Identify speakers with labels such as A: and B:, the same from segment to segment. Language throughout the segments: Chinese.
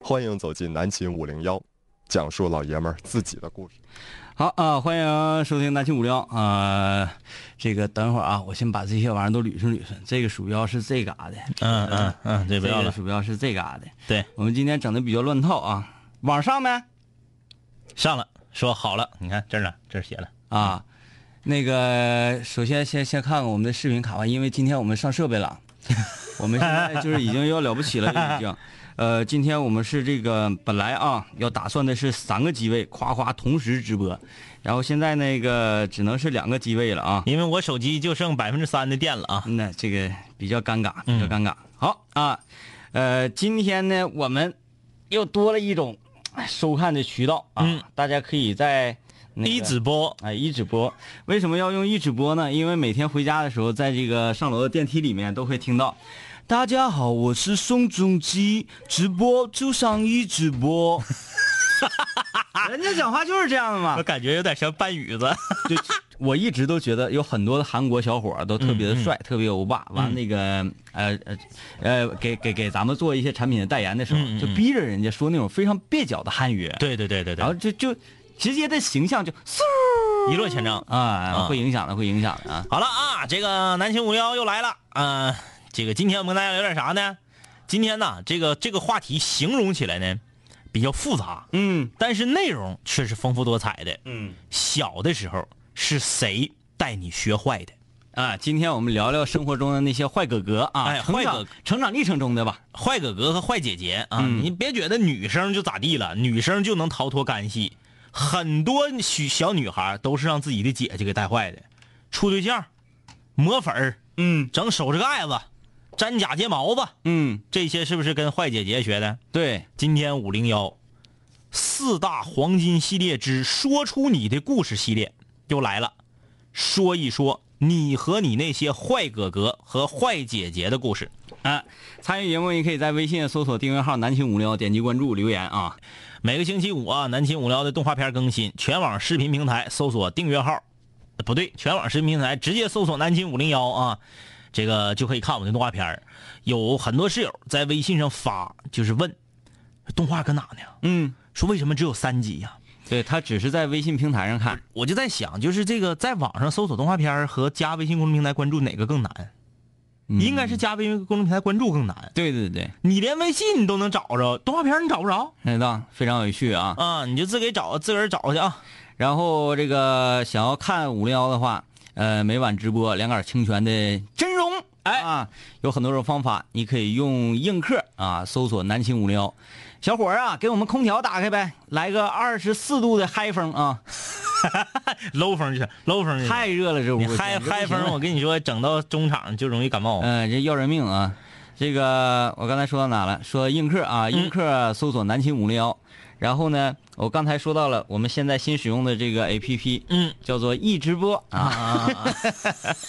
A: 欢迎走进南秦五零幺，讲述老爷们儿自己的故事。
B: 好啊、呃欢迎收听南青五幺啊，这个等会儿啊，我先把这些玩意儿都捋顺捋顺。这个鼠标是这嘎的，
C: 嗯嗯嗯，这
B: 这
C: 不要
B: 个
C: 了。
B: 鼠标是这嘎的。
C: 对，
B: 我们今天整的比较乱套啊，网上没
C: 上了，说好了，你看这儿呢，这儿写了。
B: 啊？那个，首先先先看看我们的视频卡吧，因为今天我们上设备 了，我们现在就是已经要了不起了，已经。呃，今天我们是这个本来啊要打算的是三个机位，夸夸同时直播，然后现在那个只能是两个机位了啊。
C: 因为我手机就剩百分之三的电了啊。
B: 那这个比较尴尬，比
C: 嗯
B: 较尴尬。好啊，呃，今天呢，我们又多了一种哎收看的渠道啊，
C: 嗯
B: 大家可以在、那个
C: 一直播，
B: 哎一直播。为什么要用一直播呢？因为每天回家的时候，在这个上楼的电梯里面都会听到。大家好，我是宋仲基，直播就上一直播。 人家讲话就是这样的嘛
C: 我，感觉有点像半语子。
B: 就我一直都觉得有很多的韩国小伙儿都特别
C: 嗯
B: 的帅，特别欧巴。完那个呃呃呃，给给给咱们做一些产品的代言的时候，
C: 嗯嗯嗯
B: 就逼着人家说那种非常蹩脚的汉语，
C: 对对对对
B: 然后
C: 对，
B: 就就直接的形象就嗖
C: 一落千丈。
B: 啊，会影响的，会影响的啊。
C: 好了啊，这个南秦五幺又来了啊、这个今天我们跟大家聊点啥呢？今天呢，这个这个话题形容起来呢比较复杂，
B: 嗯
C: 但是内容却是丰富多彩的。
B: 嗯
C: 小的时候是谁带你学坏的？
B: 啊，今天我们聊聊生活中的那些坏哥哥啊，
C: 哎
B: 成
C: 坏
B: 长
C: 哥
B: 成长历程中的吧。
C: 坏哥哥和坏姐姐啊，
B: 嗯
C: 你别觉得女生就咋地了，女生就能逃脱干系。很多许小女孩都是让自己的姐姐给带坏的，处对象，抹粉儿，
B: 嗯
C: 整手指盖子，粘假睫毛子，
B: 嗯，
C: 这些是不是跟坏姐姐学的？
B: 对，
C: 今天五零幺四大黄金系列之“说出你的故事”系列又来了，说一说你和你那些坏哥哥和坏姐姐的故事。
B: 啊，参与节目你可以在微信搜索订阅号“南青五零幺”，点击关注留言啊。
C: 每个星期五啊，南秦五聊的动画片更新，全网视频平台搜索订阅号，呃不对，全网视频平台直接搜索南秦五零幺啊，这个就可以看我们的动画片儿有很多室友在微信上发，就是问动画搁哪呢？
B: 嗯。
C: 说为什么只有三集呀、
B: 对他只是在微信平台上看，
C: 我就在想，就是这个在网上搜索动画片儿和加微信公众平台关注哪个更难？应该是加微信公众平台关注更难。
B: 对对对，
C: 你连微信你都能找着，动画片儿你找不着
B: 那道非常有趣啊。
C: 啊？你就自己找，自个儿找去啊。
B: 然后这个想要看五零幺的话，呃，每晚直播两杆清泉的真容，哎啊，有很多种方法，你可以用映客啊搜索南青五零幺。小伙儿啊，给我们空调打开呗，来个二十四度的嗨风啊！
C: 搂风就是搂风就是，
B: 太热了，这屋
C: 你嗨嗨风，我，跟你说，整到中场就容易感冒。
B: 嗯、呃，这要人命啊！这个我刚才说到哪了？说映客
C: 嗯
B: 啊，映客搜索南青五零幺。然后呢，我刚才说到了，我们现在新使用的这个 A P P，
C: 嗯，
B: 叫做一直播啊。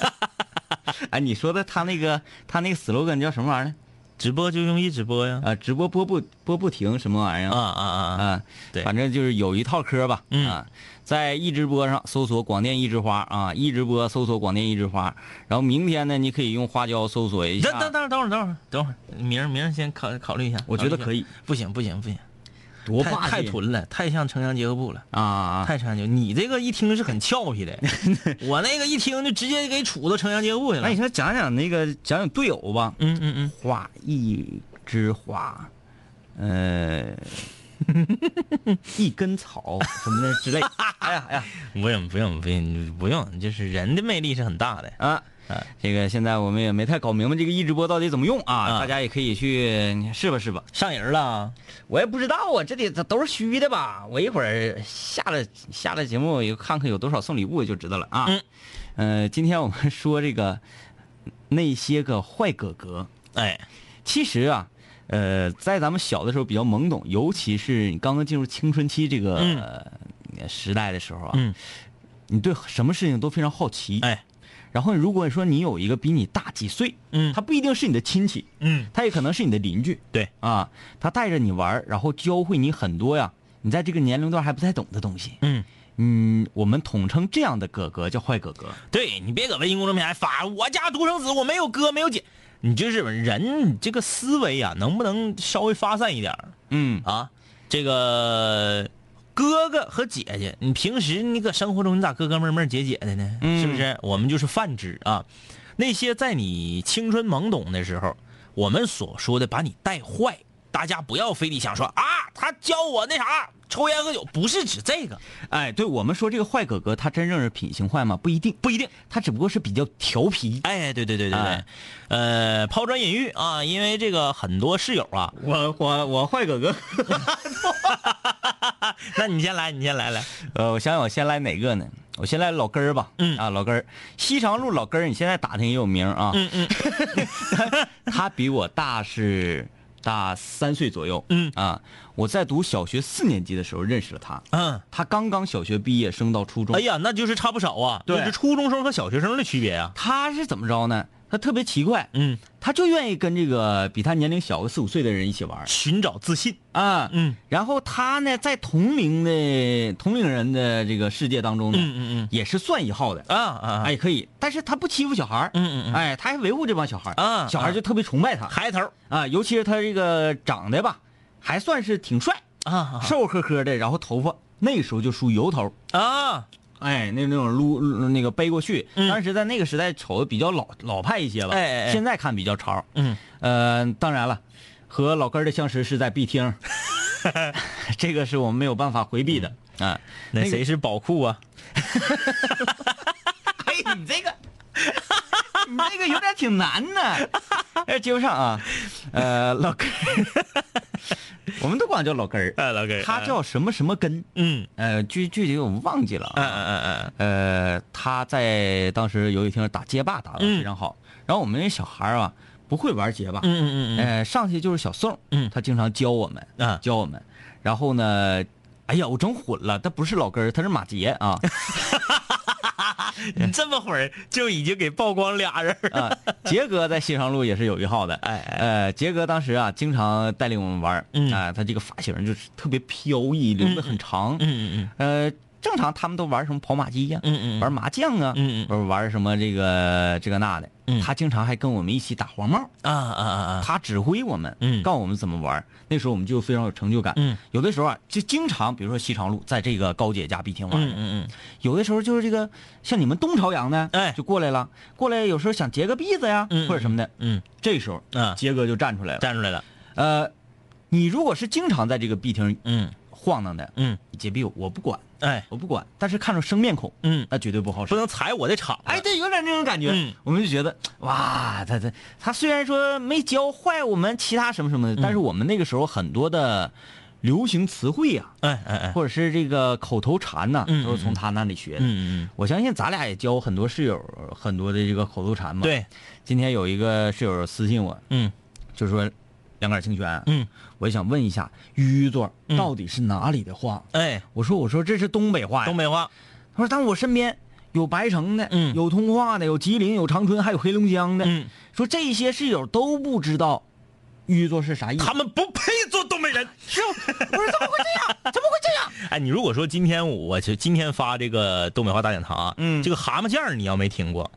B: 哎，你说的他那个他那个 slogan 叫什么玩意儿呢？
C: 直播就用一直播呀。
B: 啊，直播播不播不停什么玩意儿
C: 啊啊啊啊！
B: 啊，
C: 对
B: 反正就是有一套嗑吧。
C: 嗯
B: 啊，在一直播上搜索“广电一枝花”啊，一直播搜索“广电一枝花”，然后明天呢，你可以用花椒搜索一下。
C: 等等等等会儿等会儿等会儿，明儿明儿先考考虑一下。
B: 我觉得
C: 考
B: 可
C: 虑一下，
B: 以，
C: 不行不行不行，
B: 多
C: 太
B: 霸
C: 太
B: 气
C: 屯了，太像城乡结合部了。
B: 啊啊！
C: 太城乡结合，你这个一听是很俏皮 的，我那个一听就直接给杵到城乡结合部去了
B: 那哎你。说讲讲那个讲讲队友吧，
C: 嗯嗯嗯，
B: 花一枝花， 呃，一根草什么的之 类。哎呀哎呀
C: 不用不用不用不用，就是人的魅力是很大的。
B: 啊！这个现在我们也没太搞明白这个一直播到底怎么用啊，
C: 啊
B: 大家也可以去试吧试吧。
C: 上人了，
B: 我也不知道啊，这得这都是虚的吧？我一会儿下了下了节目，有看看有多少送礼物就知道了啊。
C: 嗯，
B: 呃，今天我们说这个那些个坏哥哥，
C: 哎，
B: 其实啊，呃，在咱们小的时候比较懵懂，尤其是你刚刚进入青春期这个、呃时代的时候啊，
C: 嗯
B: 你对什么事情都非常好奇。
C: 哎，
B: 然后如果说你有一个比你大几岁，
C: 嗯
B: 他不一定是你的亲戚，
C: 嗯，
B: 他也可能是你的邻居
C: 对，
B: 啊，他带着你玩儿，然后教会你很多呀，你在这个年龄段还不太懂的东西。
C: 嗯。
B: 嗯，我们统称这样的哥哥叫坏哥哥。
C: 对你别搁微信公众平台发，我家独生子，我没有哥没有姐，你就是人，你这个思维啊，能不能稍微发散一点儿？
B: 嗯
C: 啊，这个哥哥和姐姐，你平时那个生活中你咋哥哥妹妹姐姐的呢？
B: 嗯
C: 是不是？我们就是泛指啊，那些在你青春懵懂的时候，我们所说的把你带坏，大家不要非得想说啊，他教我那啥抽烟喝酒，不是指这个，
B: 哎，对我们说这个坏哥哥，他真正是品行坏吗？不一定，
C: 不一定。
B: 他只不过是比较调皮。
C: 哎，对对对对对，
B: 哎
C: 呃，抛砖引玉啊，因为这个很多室友啊，
B: 我我我坏哥哥，
C: 那你先来，你先来来，
B: 呃，我想想，我先来哪个呢？我先来老根儿吧。
C: 嗯
B: 啊，老根儿，西长路老根儿，你现在打听也有名儿啊。
C: 嗯嗯
B: 他比我大是大三岁左右。
C: 嗯
B: 啊，我在读小学四年级的时候认识了他。
C: 嗯。
B: 他刚刚小学毕业，升到初中。
C: 哎呀，那就是差不少啊，
B: 对
C: 就是初中生和小学生的区别啊。
B: 他是怎么着呢？他特别奇怪，
C: 嗯，
B: 他就愿意跟这个比他年龄小个四五岁的人一起玩儿
C: 寻找自信。
B: 啊。
C: 嗯
B: 然后他呢，在同龄的同龄人的这个世界当中呢，
C: 嗯嗯
B: 也是算一号的，
C: 嗯，啊啊，
B: 哎，可以。但是他不欺负小孩儿
C: 嗯嗯嗯
B: 哎，他还维护这帮小孩儿
C: 啊
B: 小孩儿就特别崇拜他
C: 孩头儿
B: 啊，尤其是他这个长得吧，还算是挺帅，
C: 啊
B: 瘦呵呵的，然后头发那时候就梳油头，
C: 啊，
B: 哎，那那种撸撸那个背过去，
C: 嗯
B: 当时在那个时代瞅的比较老老派一些吧，
C: 哎哎哎
B: 现在看比较潮。
C: 嗯，
B: 呃，当然了，和老根儿的相识是在 B 厅，这个是我们没有办法回避的
C: 嗯
B: 啊。那
C: 那
B: 个
C: 谁是宝库啊？
B: 哎，你这个， 你这个有点挺难呢， 哎，接不上啊。呃，老根儿， 我们都管他叫老根儿，
C: 哎，老哥，
B: 他叫什么什么根？
C: 嗯
B: 呃，具具体我忘记了啊。
C: 嗯嗯嗯
B: 呃，他在当时游戏厅打街霸打的非常好，然后我们那小孩儿啊不会玩街霸，
C: 嗯嗯嗯
B: 呃，上去就是小宋，
C: 嗯
B: 他经常教我们，
C: 嗯啊，
B: 教我们，然后呢，哎呀，我整混了，他不是老根儿，他是马杰 啊
C: 你这么会儿就已经给曝光俩人儿
B: 啊，杰哥在西长路也是有一号的，
C: 哎哎
B: 呃，杰哥当时啊经常带领我们玩儿，
C: 嗯
B: 啊，他这个发型就是特别飘逸，留的很长，
C: 嗯嗯
B: 呃，正常他们都玩什么跑马机呀、
C: 嗯嗯嗯
B: 玩麻将啊，
C: 嗯嗯
B: 玩玩什么这个这个那的，
C: 嗯
B: 他经常还跟我们一起打黄帽，
C: 啊啊啊啊，
B: 他指挥我们，
C: 嗯
B: 告诉我们怎么玩。那时候我们就非常有成就感。
C: 嗯
B: 有的时候啊，就经常比如说西长路在这个高姐家必听玩
C: 嗯
B: 的，
C: 嗯
B: 有的时候就是这个像你们东朝阳呢，
C: 哎
B: 就过来了，过来有时候想结个篦子呀，
C: 嗯
B: 或者什么的，
C: 嗯
B: 这时候
C: 嗯啊，
B: 杰哥就站出来了。
C: 站出来了，
B: 呃，你如果是经常在这个必厅
C: 嗯
B: 晃荡的，
C: 嗯，
B: 杰必我不管，
C: 哎
B: 我不管，但是看着生面孔，
C: 嗯，
B: 那绝对不好使
C: 不。能踩我的场，
B: 哎，，对，有点那种感觉。
C: 嗯
B: 我们就觉得，哇，他他他虽然说没教坏我们其他什么什么的，
C: 嗯
B: 但是我们那个时候很多的流行词汇呀、
C: 哎哎哎，
B: 或者是这个口头禅呐、
C: 嗯嗯
B: 都是从他那里学的。
C: 嗯嗯
B: 我相信咱俩也教很多室友很多的这个口头禅嘛。
C: 嗯，，对，
B: 今天有一个室友私信我，
C: 嗯
B: 就说两杆儿清泉，
C: 嗯，
B: 我想问一下，淤子到底是哪里的话？
C: 哎，
B: 我说我说这是东北话呀，
C: 东北话，
B: 他说：“但我身边有白城的，
C: 嗯
B: 有通化的，有吉林，有长春，还有黑龙江的。
C: 嗯，
B: 说这些室友都不知道“玉作”是啥意思。
C: 他们不配做东北人。
B: 是，啊我说怎么会这样？怎么会这样？
C: 哎，你如果说今天我就今天发这个东北话大讲堂啊，
B: 嗯
C: 这个蛤蟆酱儿你要没听过，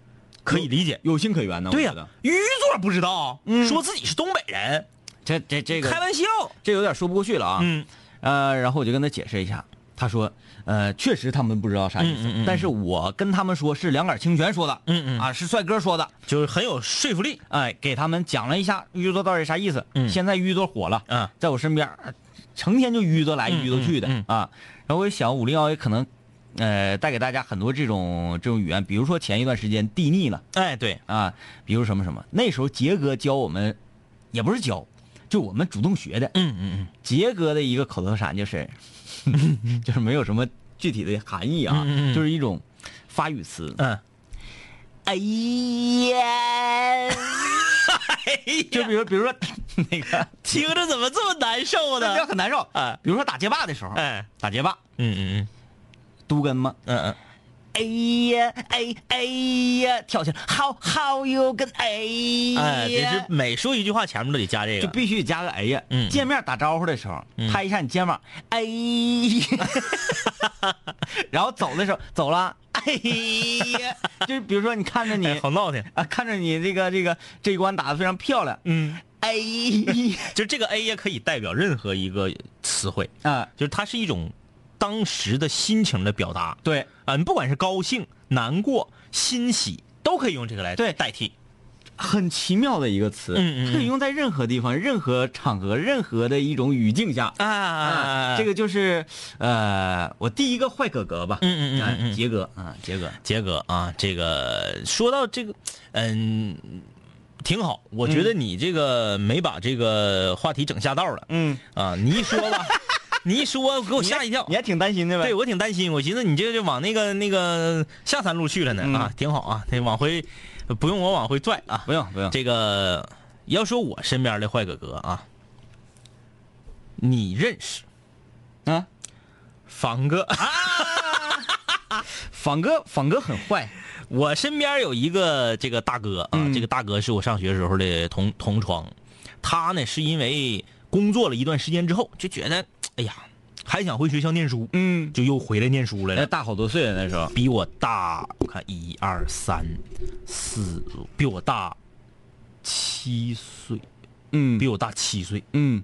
C: 可以理解。
B: 有情可原呢。
C: 嗯对呀、
B: 我觉得
C: 鱼座不知道，
B: 嗯
C: 说自己是东北人，
B: 这这这
C: 开
B: 个
C: 玩笑。
B: 这有点说不过去了啊。
C: 嗯
B: 呃，然后我就跟他解释一下，他说：“呃，确实他们不知道啥意思，
C: 嗯嗯嗯嗯
B: 但是我跟他们说是两杆清泉说的，
C: 嗯嗯
B: 啊，是帅哥说的，
C: 就是很有说服力。
B: 哎，给他们讲了一下‘玉作’到底啥意思。
C: 嗯
B: 现在‘玉作’火了，
C: 嗯
B: 在我身边，呃成天就淤着来
C: 嗯
B: 淤着去的、
C: 嗯
B: 啊。然后我一想，五零幺也可能，呃，带给大家很多这种这种语言，比如说前一段时间地腻了
C: 哎，对，
B: 啊，比如什么什么，那时候杰哥教我们，也不是教，就我们主动学的。
C: 嗯嗯
B: 杰哥的一个口头禅就是， 就是没有什么具体的含义啊，
C: 嗯嗯嗯
B: 就是一种发语词。
C: 嗯
B: 哎 呀，
C: 哎
B: 就比如比如说 那个，
C: 听着怎么这么难受
B: 那比较
C: 呢？
B: 很难受
C: 哎
B: 比如说打街霸的时候，
C: 哎，
B: 打街霸
C: 嗯嗯
B: 都跟吗？
C: 嗯嗯
B: 哎呀，哎哎呀，跳起来，好好有个哎
C: 嗯，
B: 呀，
C: 哎，这是每说一句话前面都得加这
B: 就
C: 个。
B: 必须得加个哎呀。
C: 嗯
B: 见面打招呼的时候，
C: 嗯
B: 拍一下你肩膀，哎呀，然后走的时候走了，哎呀，就是比如说你看着你
C: 哎好闹挺。
B: 啊，看着你这个这个这一关打的非常漂亮，
C: 嗯，
B: 哎呀
C: 就这个 A 也可以代表任何一个词汇，
B: 啊，
C: 就是它是一种当时的心情的表达。
B: 对，
C: 啊，你不管是高兴、难过、欣喜，都可以用这个来
B: 对
C: 代替。
B: 很奇妙的一个词，
C: 嗯嗯嗯
B: 它可以用在任何地方、任何场合、任何的一种语境下。
C: 啊
B: 这个就是呃，我第一个坏哥哥吧，
C: 嗯嗯嗯
B: 啊
C: 嗯嗯
B: 杰哥啊，杰哥，
C: 杰哥啊，这个说到这个，嗯，挺好，我觉得你这个没把这个话题整下道了。
B: 嗯，
C: 啊，你一说吧， 你一说给我吓一跳
B: 你。还挺担心的呗？
C: 对，我挺担心，我寻思你这就往那个那个下三路去了呢、
B: 嗯
C: 啊，挺好啊，得往回不用我往回拽啊。
B: 不用不用，
C: 这个要说我身边的坏哥哥啊，你认识
B: 啊，
C: 房哥？
B: 仿哥仿哥很坏，
C: 我身边有一个这个大哥啊，
B: 嗯
C: 这个大哥是我上学时候的同同窗，他呢是因为工作了一段时间之后，就觉得哎呀，还想回学校念书，
B: 嗯，
C: 就又回来念书来
B: 那
C: 了。
B: 呃大好多岁了那时候，
C: 比我大，我看一二三四，比我大七岁，
B: 嗯
C: 比我大七岁，
B: 嗯，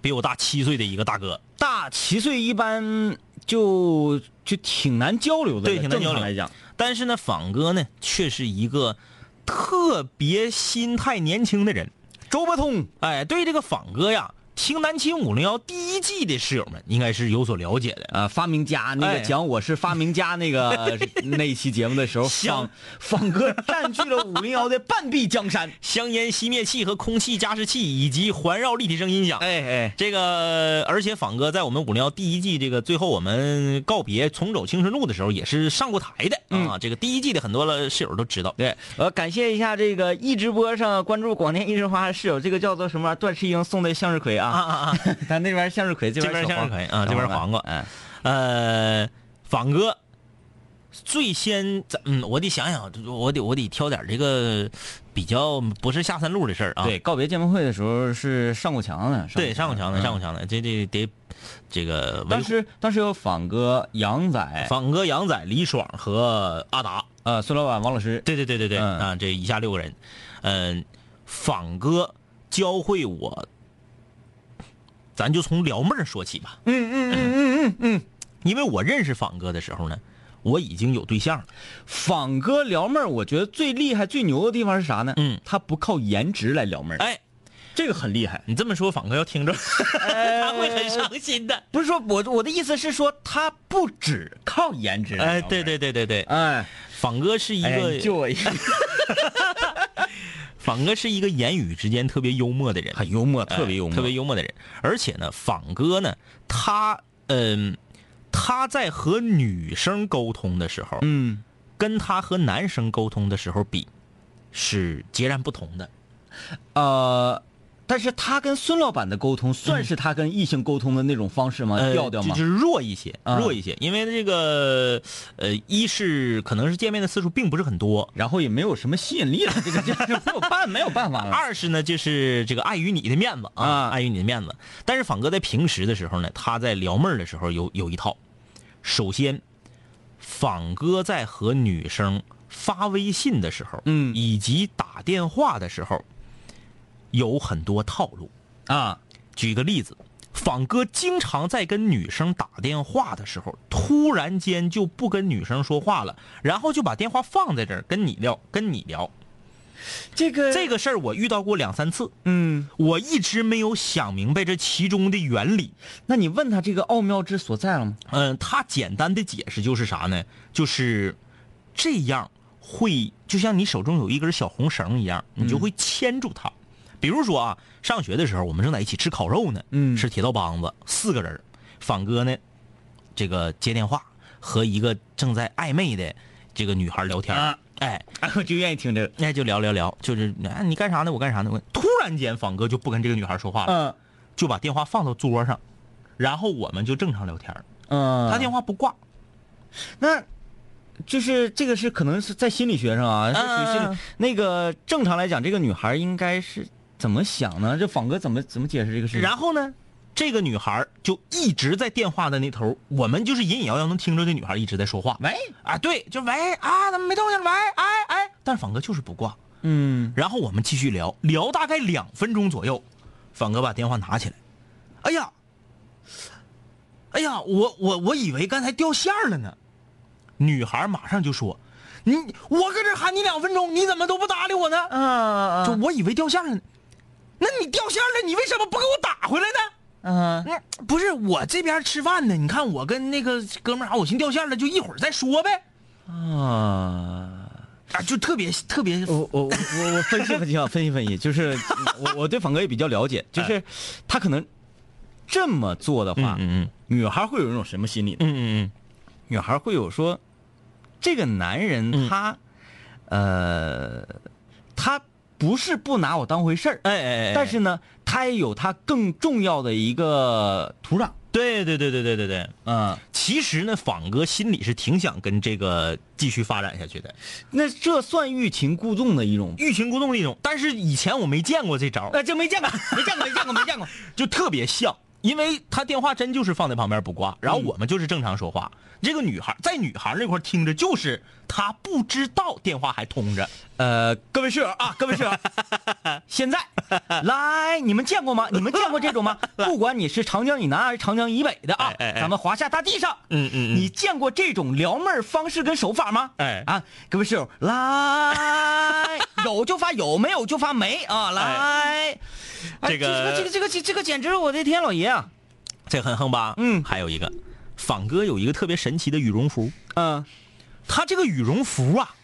C: 比我大七岁的一个大哥，
B: 大七岁一般就就挺难交流的了，
C: 对挺难
B: 正常
C: 交流
B: 来讲，
C: 但是呢，仿哥呢却是一个特别心态年轻的人。
B: 周伯通，
C: 哎，对这个仿哥呀，听《南秦五零幺》第一季的室友们应该是有所了解的。
B: 呃，发明家那
C: 哎
B: 个讲我是发明家那 个那一期节目的时候，
C: 想
B: 仿仿哥占据了五零幺的半壁江山。
C: 香烟熄灭器和空气加湿器以及环绕立体声音响。
B: 哎哎，
C: 这个，而且仿哥在我们五零幺第一季这个最后我们告别重走青春路的时候，也是上过台的、
B: 嗯
C: 啊。这个第一季的很多了室友都知道。
B: 对，呃，感谢一下这个一直播上关注广电一枝花的室友，这个叫做什么玩意儿段世英送的向日葵啊，
C: 啊啊啊！
B: 他那边向日葵，这
C: 这边
B: 边
C: 向日葵啊，这
B: 这
C: 边黄瓜。
B: 哎，
C: 呃，仿哥最先咱嗯，我得想想，我得我得挑点这个比较不是下三路的事儿啊。
B: 对，告别见面会的时候是上嗯过墙的，
C: 对，上过墙的，上过
B: 墙。
C: 墙的，这这得这个
B: 嗯
C: 维
B: 当
C: 护。
B: 时当时有仿哥、杨仔、
C: 仿哥、杨仔、李爽和阿达，
B: 呃孙老板、王老师，
C: 对对对对对，
B: 嗯
C: 啊，这以下六个人，嗯、仿哥教会我，咱就从撩妹儿说起吧，
B: 嗯嗯嗯嗯嗯嗯，
C: 因为我认识仿哥的时候呢，我已经有对象了，
B: 仿哥撩妹儿，我觉得最厉害、最牛的地方是啥呢？
C: 嗯
B: 他不靠颜值来撩妹儿，
C: 哎，
B: 这个很厉害。
C: 你这么说，仿哥要听着， 他会很伤心的。
B: 不是说我我的意思是说，他不只靠颜值来
C: 哎，
B: 撩妹儿
C: 对，对对对对，
B: 哎，
C: 仿哥是一
B: 哎呀，你救
C: 个，
B: 我一个，
C: 仿哥是一个言语之间特别幽默的人，
B: 很幽默，
C: 哎
B: 特别幽默，
C: 特别幽默的人。而且呢，仿哥呢，他嗯、他在和女生沟通的时候，
B: 嗯，
C: 跟他和男生沟通的时候比，是截然不同的。
B: 呃。但是他跟孙老板的沟通，算是他跟异性沟通的那种方式吗？
C: 呃
B: 调调吗
C: 就？是弱一些，
B: 啊
C: 弱一些，因为这个，呃，一是可能是见面的次数并不是很多，
B: 然后也没有什么吸引力了，这个这个没有办没有办法了。
C: 二是呢，就是这个碍于你的面子啊，
B: 啊
C: 碍于你的面子。但是仿哥在平时的时候呢，他在撩妹儿的时候有有一套。首先，仿哥在和女生发微信的时候，
B: 嗯
C: 以及打电话的时候，有很多套路。
B: 啊，
C: 举个例子，仿哥经常在跟女生打电话的时候，突然间就不跟女生说话了，然后就把电话放在这儿跟你聊，跟你聊。
B: 这个
C: 这
B: 个，
C: 个事儿我遇到过两三次。
B: 嗯，
C: 我一直没有想明白这其中的原理。
B: 那你问他这个奥妙之所在了吗？
C: 嗯、他简单的解释就是啥呢？就是这样会就像你手中有一根小红绳一样，你就会牵住它。比如说啊，上学的时候我们正在一起吃烤肉呢，
B: 嗯
C: 吃铁道帮子，四个人，仿哥呢，这个接电话和一个正在暧昧的这个女孩聊天儿，
B: 啊
C: 哎，
B: 哎，我就愿意听这个。
C: 那就聊聊聊，就是哎你干啥呢？我干啥呢？我突然间仿哥就不跟这个女孩说话了，
B: 嗯
C: 就把电话放到桌上，然后我们就正常聊天儿。
B: 嗯，
C: 他电话不挂，
B: 那，就是这个是可能是在心理学上啊，是属于心
C: 嗯嗯
B: 理
C: 嗯。
B: 那个正常来讲，这个女孩应该是怎么想呢？这仿哥怎么怎么解释这个事情？
C: 然后呢，这个女孩就一直在电话的那头，我们就是隐隐约约能听着这女孩一直在说话。
B: 喂，
C: 啊，对，就喂啊，怎么没动静？喂，哎哎，但是反哥就是不挂。
B: 嗯，
C: 然后我们继续聊，聊大概两分钟左右，反哥把电话拿起来，哎呀，哎呀，我我我以为刚才掉线儿了呢。女孩马上就说：“你我搁这喊你两分钟，你怎么都不搭理我呢？
B: 嗯
C: 就我以为掉线儿了呢。那你掉线儿了，你为什么不给我打回来呢？”
B: 嗯，
C: 嗯，不是我这边吃饭呢，你看我跟那个哥们儿啥，我寻掉线了，就一会儿再说呗。
B: 啊。
C: 啊，就特别特别，
B: 我我我我我分析分析啊，分析分析，就是我我对反哥也比较了解，就是他可能这么做的话，
C: 嗯
B: 女孩会有一种什么心理呢？
C: 嗯
B: 女孩会有说，这个男人
C: 嗯
B: 他，呃，他不是不拿我当回事儿，
C: 哎哎哎，
B: 但是呢，他也有他更重要的一个土壤，
C: 对对对对对对对，
B: 嗯，
C: 其实呢，仿哥心里是挺想跟这个继续发展下去的，
B: 那这算欲擒故纵的一种，
C: 欲擒故纵的一种，但是以前我没见过这招，
B: 呃，这没见过，没见过，没见过，没见过，
C: 就特别像，因为他电话真就是放在旁边不挂，然后我们就是正常说话。这个女孩在女孩那块听着，就是她不知道电话还通着，
B: 呃，各位室友啊，各位 室友，现在来，你们见过 吗？你们见过这种吗？不管你是长江以南还是长江以北的啊
C: 哎，哎哎
B: 咱们华夏大地上，
C: 嗯嗯嗯
B: 你见过这种撩妹儿方式跟手法吗？
C: 哎
B: 啊，各位室友，来，有就发有，没有就发没啊，来，哎
C: 这个
B: 这个这个这个这个简直，我的天，老爷啊，
C: 这很横吧？
B: 嗯
C: 还有一个，仿哥有一个特别神奇的羽绒服，
B: 嗯，
C: 他这个羽绒服啊，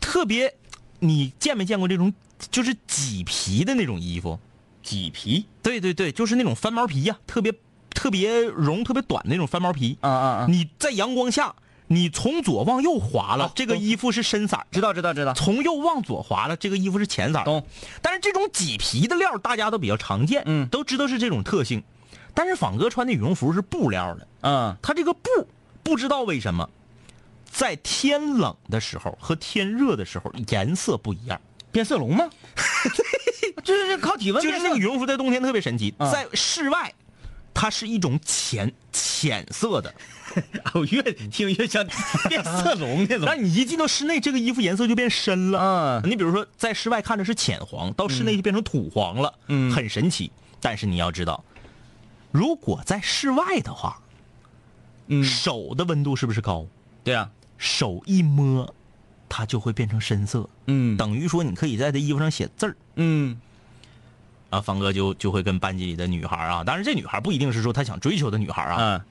C: 特别，你见没见过这种就是麂皮的那种衣服？
B: 麂皮，
C: 对对对，就是那种翻毛皮呀、特别特别绒、特别短的那种翻毛皮。
B: 啊啊啊，
C: 你在阳光下，你从左往右划
B: 哦
C: 拉，这个衣服是深色儿的；
B: 知道知道知道，
C: 从右往左划拉，这个衣服是浅色儿的。
B: 懂
C: 但是这种麂皮的料儿大家都比较常见，
B: 嗯
C: 都知道是这种特性。但是仿哥穿的羽绒服是布料的，
B: 嗯，
C: 它这个布不知道为什么，在天冷的时候和天热的时候颜色不一样。
B: 变色龙吗？ 这是靠体温
C: 就
B: 变
C: 是
B: 色
C: 这个羽绒服在冬天特别神奇，
B: 啊
C: 在室外，它是一种浅浅色的，
B: 我越听越像变色龙那
C: 但你一进到室内，这个衣服颜色就变深了。
B: 嗯
C: 你比如说在室外看着是浅黄，到室内就变成土黄了，
B: 嗯
C: 很神奇。但是你要知道，如果在室外的话，
B: 嗯，
C: 手的温度是不是高？
B: 对啊，
C: 手一摸，它就会变成深色，
B: 嗯
C: 等于说你可以在这衣服上写字儿。
B: 嗯
C: 啊，方哥就就会跟班级里的女孩啊，当然这女孩不一定是说他想追求的女孩啊，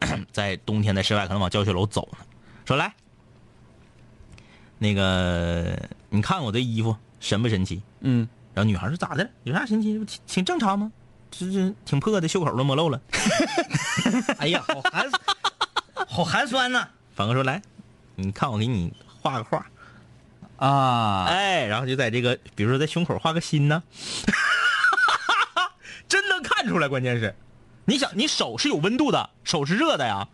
B: 啊，
C: 在冬天在室外可能往教学楼走呢，说来，那个你看我这衣服神不神奇？
B: 嗯，
C: 然后女孩说咋的了？有啥神奇？这不挺挺正常吗？这这挺破的，袖口都磨漏了。
B: 哎呀，好寒，好寒酸呐
C: 反哥说来，你看我给你画个画，
B: 啊！
C: 哎，然后就在这个，比如说在胸口画个心呢， 真能看出来。关键是，你想，你手是有温度的，手是热的呀。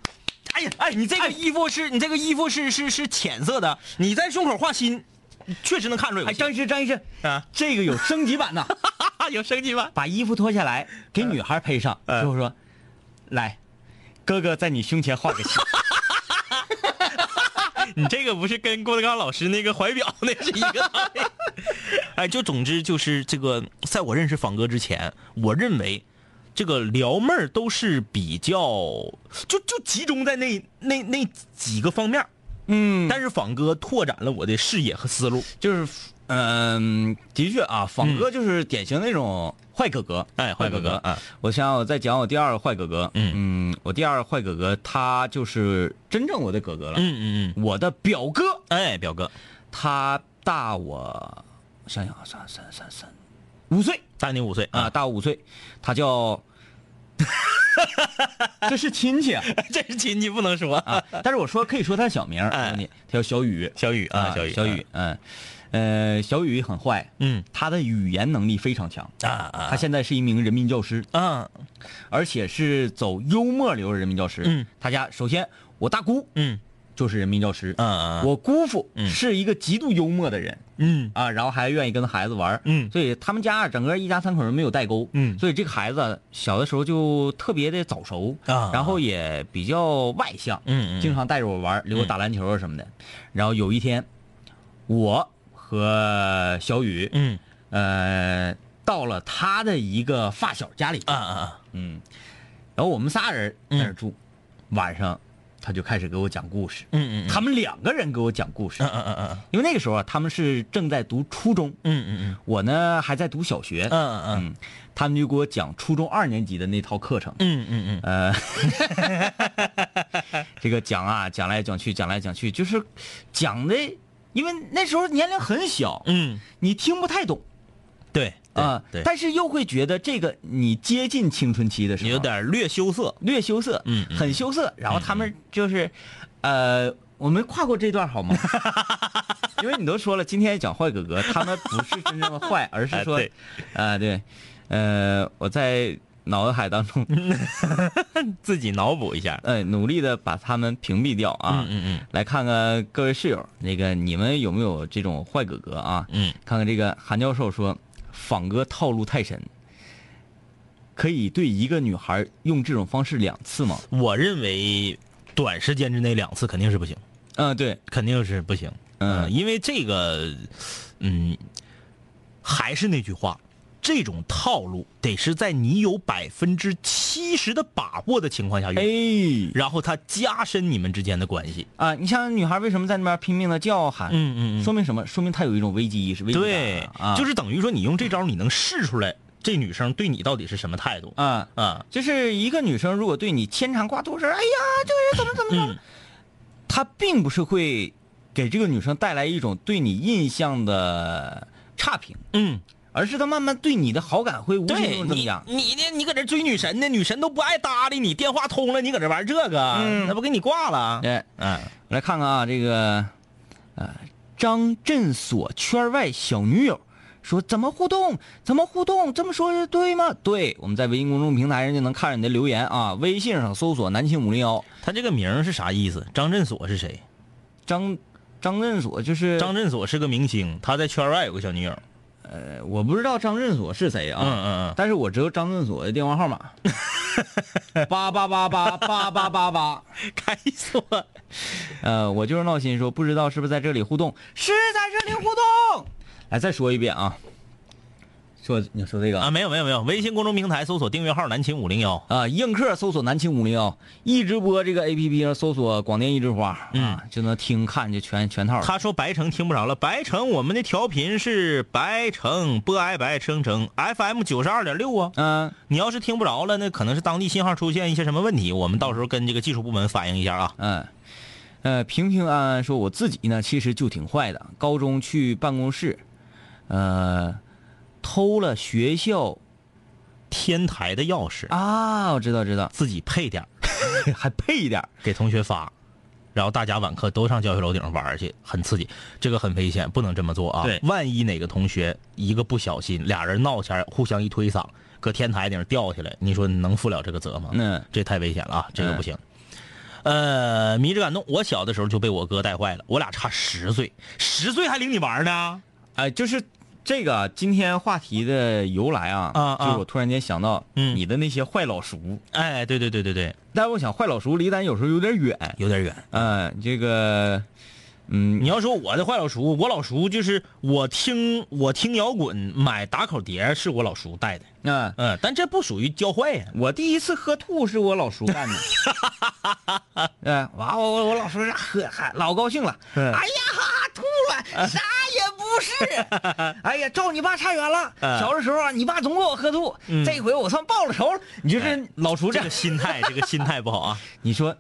C: 哎呀，哎，你这个衣服是、你这个衣服是是是浅色的，你在胸口画心，确实能看出来有
B: 哎，
C: 心。
B: 张医师，张医师，
C: 啊，
B: 这个有升级 版呐，
C: 有升级吗？
B: 把衣服脱下来给女孩配上，
C: 嗯
B: 最后说，来，哥哥在你胸前画个心，
C: 你这个不是跟郭德纲老师那个怀表那是一个道理？哎，就总之就是这个，在我认识仿哥之前，我认为这个撩妹儿都是比较就就集中在那那那几个方面儿。
B: 嗯，
C: 但是仿哥拓展了我的视野和思路。
B: 就是，嗯，的确啊，仿哥就是典型那种坏哥哥，
C: 哎坏
B: 嗯坏
C: 哥哥
B: 哥
C: 哎。
B: 我想想，我再讲我第二个坏哥哥，
C: 嗯
B: 嗯，我第二个坏哥哥他就是真正我的哥哥了，
C: 嗯嗯
B: 我的表哥，
C: 嗯，哎，表哥，
B: 他大我，我想想啊，三三三三，五岁
C: 大你五岁
B: 啊，，大我五岁，他叫， 这是亲戚啊，
C: 这是亲戚不能说。
B: 啊但是我说可以说他的小名儿，
C: 哎
B: 你他叫小雨
C: 小雨啊，小雨，
B: 小雨，，嗯，呃，小雨很坏，
C: 嗯
B: 他的语言能力非常强，
C: 啊啊，
B: 他现在是一名人民教师，
C: 啊，
B: 而且是走幽默流的人民教师，
C: 嗯，
B: 他家首先我大姑
C: 嗯
B: 就是人民教师，
C: 嗯嗯，
B: 我姑父
C: 嗯
B: 是一个极度幽默的人，
C: 嗯
B: 啊，然后还愿意跟孩子玩儿
C: 嗯
B: 所以他们家整个一家三口人没有代沟，
C: 嗯
B: 所以这个孩子小的时候就特别的早熟
C: 啊
B: 然后也比较外向，
C: 嗯嗯
B: 经常带着我玩儿，留我
C: 嗯
B: 打篮球啊什么的。然后有一天，我和小雨，
C: 嗯
B: 呃，到了他的一个发小家里，
C: 啊啊
B: 嗯，然后我们仨人在那儿住，晚上他就开始给我讲故事，
C: 嗯嗯嗯
B: 他们两个人给我讲故事，
C: 嗯嗯嗯嗯
B: 因为那个时候啊，他们是正在读初中，
C: 嗯嗯
B: 我呢还在读小学，
C: 嗯
B: 嗯，他们就给我讲初中二年级的那套课程，
C: 嗯嗯嗯
B: 呃，这个讲啊讲来讲去，讲来讲去，就是讲的，因为那时候年龄很小，
C: 嗯，
B: 你听不太懂
C: 对
B: 啊、
C: 对，
B: 但是又会觉得这个你接近青春期的时候，
C: 有点略羞涩。
B: 略羞涩，
C: 嗯嗯
B: 很羞涩。然后他们就是，呃，我们跨过这段好吗？ 因为你都说了，今天讲坏哥哥，他们不是真正的坏，而是说，
C: 哎
B: 啊、
C: 对
B: 对，呃，我在脑海当中，
C: 自己脑补一下。
B: 呃，努力的把他们屏蔽掉啊。
C: 嗯嗯
B: 来看看各位室友，那个你们有没有这种坏哥哥啊？
C: 嗯
B: 看看这个韩教授说，仿哥套路太深，可以对一个女孩用这种方式两次吗？
C: 嗯，我认为短时间之内两次肯定是不行，
B: 嗯、对，
C: 肯定是不行。
B: 嗯
C: 因为这个，嗯，还是那句话，这种套路得是在你有百分之七十的把握的情况下用，
B: 哎，
C: 然后它加深你们之间的关系。
B: 啊，你像女孩为什么在那边拼命的叫喊？
C: 嗯嗯嗯
B: 说明什么？说明她有一种危机意识、危机感
C: 对，
B: 啊，
C: 就是等于说你用这招，你能试出来这女生对你到底是什么态度
B: 啊，
C: 啊？
B: 就是一个女生如果对你牵肠挂肚是，哎呀，这个人怎么怎么着，她并不是会给这个女生带来一种对你印象的差评，
C: 嗯，
B: 而是她慢慢对你的好感会无形
C: 对
B: 中
C: 你
B: 增加。
C: 你呢？你搁这追女神呢？女神都不爱搭理你，电话通了，你搁这玩这个，
B: 嗯
C: 那不给你挂了？
B: 哎，
C: 嗯
B: 我来看看啊，这个，呃，张震所圈外小女友说怎么互动？怎么互动？这么说是对吗？对，我们在微信公众平台上就能看着你的留言啊，微信上搜索“南青五零幺
C: 他这个名儿是啥意思？张振所是谁？”，
B: 张张震所就是
C: 张，振所是个明星，他在圈外有个小女友。
B: 呃我不知道张震所是谁啊。
C: 嗯嗯
B: 但是我知道张震所的电话号码， 八八八八八八八八。
C: 嗯，开锁。
B: 呃，我就是闹心说，不知道是不是在这里互动，是在这里互动。来，再说一遍啊，说你说这个
C: 啊，没有没有没有，微信公众平台搜索订阅号“南秦五零幺
B: 啊，映客搜索南青五零幺，一直播这个 A P P 上搜索广电一枝花，
C: 嗯
B: 啊，就能听看就全全”。套了。
C: 他说白城听不着了，白城我们的调频是白城不挨白城城 FM 九十二点六啊。
B: 嗯、
C: 你要是听不着了，那可能是当地信号出现一些什么问题，我们到时候跟这个技术部门反映一下啊。
B: 嗯，呃，平平安安说我自己呢，其实就挺坏的。高中去办公室，呃，偷了学校
C: 天台的钥匙，
B: 啊，我知道知道，
C: 自己配点儿
B: 还配一点儿
C: 给同学发，然后大家晚课都上教学楼顶上玩儿去，很刺激，这个很危险，不能这么做啊！
B: 对
C: 万一哪个同学一个不小心，俩人闹起来，互相一推搡，搁天台顶上掉下来，你说你能负了这个责吗？
B: 嗯，
C: 这太危险了啊，这个不行。呃，迷之感动，我小的时候就被我哥带坏了，我俩差十岁，十岁还领你玩儿呢。
B: 哎、就是这个今天话题的由来啊，
C: 啊啊
B: 就是我突然间想到
C: 嗯
B: 你的那些坏老叔，
C: 哎，对对对对对，
B: 但我想坏老叔离咱有时候有点远，
C: 有点远。
B: 嗯、这个，嗯
C: 你要说我的坏老叔，我老叔就是我听我听摇滚买打口碟是我老叔带的，
B: 啊、
C: 嗯，但这不属于教坏呀、
B: 我第一次喝吐是我老叔干 的，嗯，完我我我老叔这喝嗨老高兴了，
C: 嗯
B: 哎呀哈吐了，啥也不 是，哎呀照你爸差远了，
C: 嗯
B: 小的时候啊你爸总给我喝吐，这回我算报了仇了，你就是嗯哎老叔
C: 这
B: 这
C: 个心 态，这个心态不好啊。
B: 你说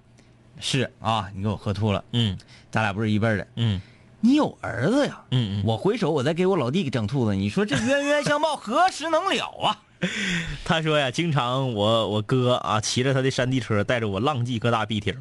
B: 是啊，你给我喝吐了，
C: 嗯
B: 咱俩不是一辈儿的。
C: 嗯
B: 你有儿子呀？
C: 嗯嗯，
B: 我回首我再给我老弟整兔子，你说这冤冤相报何时能了啊？
C: 他说呀，经常我我哥啊骑着他的山地车，带着我浪迹各大壁厅。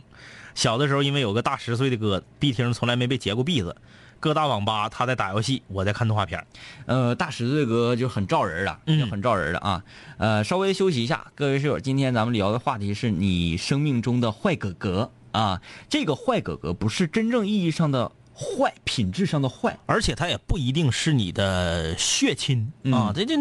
C: 小的时候，因为有个大十岁的哥，壁厅从来没被截过鼻子。各大网吧，他在打游戏，我在看动画片儿。
B: 呃，大十岁哥就很照人了，
C: 嗯
B: 就很照人了啊。呃，稍微休息一下，各位室友，今天咱们聊的话题是你生命中的坏哥哥啊。这个坏哥哥不是真正意义上的坏品质上的坏，
C: 而且他也不一定是你的血亲、
B: 嗯
C: 啊，这就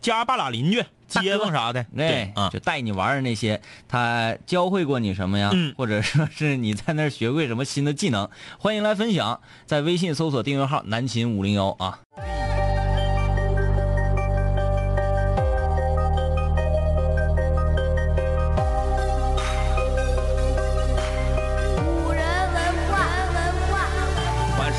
C: 家半拉邻居、街坊啥的，对
B: 哎，
C: 啊，
B: 就带你玩儿那些，他教会过你什么呀？
C: 嗯
B: 或者说是你在那儿学会什么新的技能？欢迎来分享，在微信搜索订阅号“南秦五零幺”啊。
D: 古人文化，文化。
E: 凡是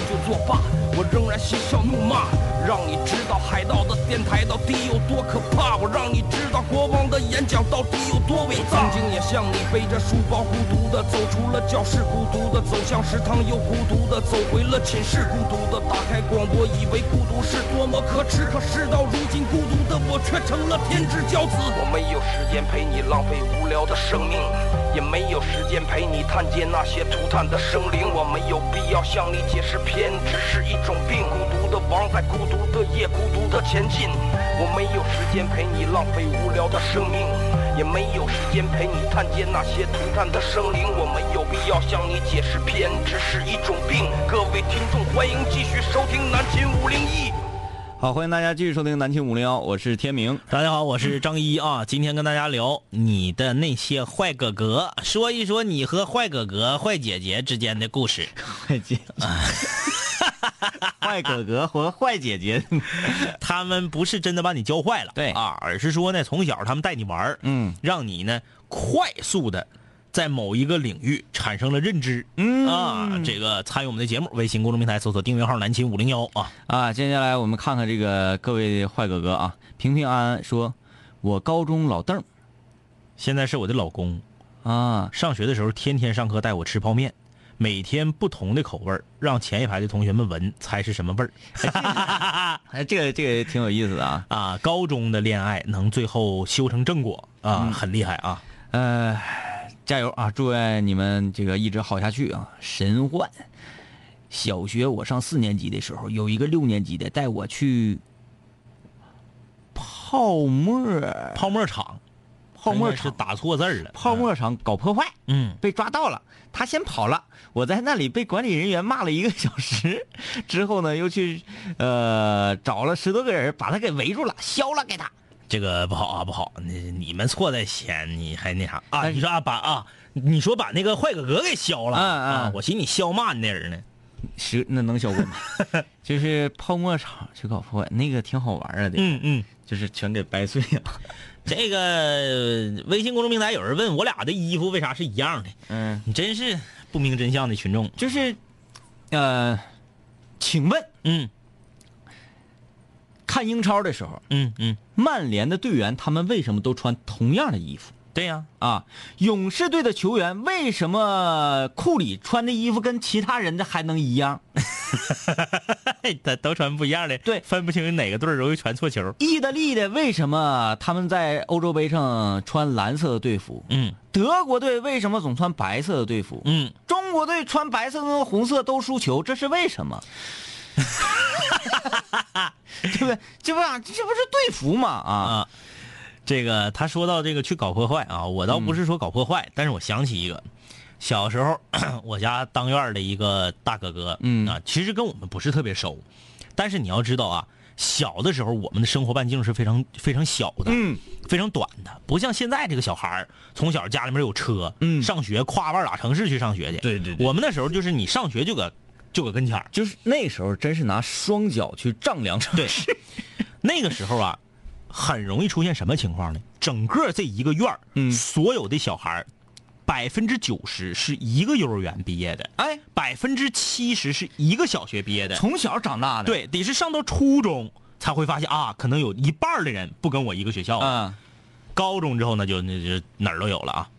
E: 就作罢，我仍然嬉笑怒骂，让你知道海盗的电台到底有多可怕，我让你知道国王的演讲到底有多伟大。曾经也像你背着书包孤独的走出了教室，孤独的走向食堂，又孤独的走回了寝室，孤独的打开广播，以为孤独是多么可耻，可事到如今，孤独的我却成了天之骄子。我没有时间陪你浪费无聊的生命。也没有时间陪你探街那些涂炭的生灵，我没有必要向你解释偏执是一种病。孤独的王在孤独的夜孤独的前进，我没有时间陪你浪费无聊的生命，也没有时间陪你探街那些涂炭的生灵，我没有必要向你解释偏执是一种病。各位听众，欢迎继续收听南秦五零一。
B: 好，欢迎大家继续收听南秦五零幺，我是天明。
C: 大家好，我是张一啊，今天跟大家聊你的那些坏哥哥，说一说你和坏哥哥、坏姐姐之间的 故事。
B: 坏姐姐，坏哥哥和坏姐姐，
C: 他们不是真的把你教坏了，
B: 对
C: 啊，而是说呢，从小他们带你玩儿
B: 嗯
C: 让你呢快速的在某一个领域产生了认知。嗯啊，这个参与我们的节目，微信公众平台搜索订阅号“南秦五零幺”啊。
B: 啊，接下来我们看看这个各位坏哥哥啊，平平安安说，我高中老邓
C: 现在是我的老公，
B: 啊，
C: 上学的时候天天上课带我吃泡面，每天不同的口味儿让前一排的同学们闻，猜是什么味儿。
B: 哎，这个这个也挺有意思的啊。
C: 啊，高中的恋爱能最后修成正果啊，
B: 嗯
C: 很厉害啊！
B: 呃，加油啊！祝愿你们这个一直好下去啊！神幻，小学我上四年级的时候，有一个六年级的带我去泡沫
C: 泡沫厂，
B: 泡沫
C: 应该是
B: 厂
C: 打错字儿了，
B: 泡沫厂搞破坏，
C: 嗯，
B: 被抓到了。他先跑了，我在那里被管理人员骂了一个小时，之后呢，又去呃找了十多个人把他给围住了，削了给他。
C: 这个不好啊，不好，你你们错在先，你还那啥啊？
B: 哎
C: 你说啊，把啊，你说把那个坏哥哥给削了
B: 嗯嗯
C: 啊？我寻思你削骂你那人呢，
B: 十那能削过吗？ 就是泡沫厂去搞破坏，那个挺好玩儿的，
C: 嗯嗯。
B: 就是全给掰碎了。
C: 这个呃微信公众平台有人问我俩的衣服为啥是一样的，
B: 嗯，
C: 你真是不明真相的群众。
B: 就是，呃，请问
C: 嗯
B: 看英超的时候，
C: 嗯嗯，
B: 曼联的队员他们为什么都穿同样的衣服
C: 对呀、
B: 啊？勇士队的球员为什么库里穿的衣服跟其他人的还能一样？
C: 嘿，他都穿不一样的，
B: 对
C: 分不清哪个队儿容易传错球。
B: 意大利的为什么他们在欧洲杯上穿蓝色的队服？
C: 嗯
B: 德国队为什么总穿白色的队服？
C: 嗯，
B: 中国队穿白色跟红色都输球，这是为什么？ 对不对？这不啊，这不是队服吗？啊，
C: 啊，这个他说到这个去搞破坏啊，我倒不是说搞破坏，但是我想起一个，小时候 我家当院儿的一个大哥哥，
B: 嗯
C: 啊，其实跟我们不是特别熟，但是你要知道啊，小的时候我们的生活半径是非常非常小的，
B: 嗯，
C: 非常短的，不像现在这个小孩儿从小家里面有车，
B: 嗯
C: 上学跨半拉城市去上学去，
B: 对对对
C: 我们那时候就是你上学就搁就搁跟前儿，
B: 就是那时候真是拿双脚去丈量城
C: 对，那个时候啊，很容易出现什么情况呢？整个这一个院儿，
B: 嗯
C: 所有的小孩儿，百分之九十是一个幼儿园毕业的，
B: 哎，
C: 百分之七十是一个小学毕业的，
B: 从小长大的，，
C: 对，得是上到初中才会发现啊，可能有一半儿的人不跟我一个学校。
B: 啊，
C: 高中之后呢，就那就哪儿都有了啊。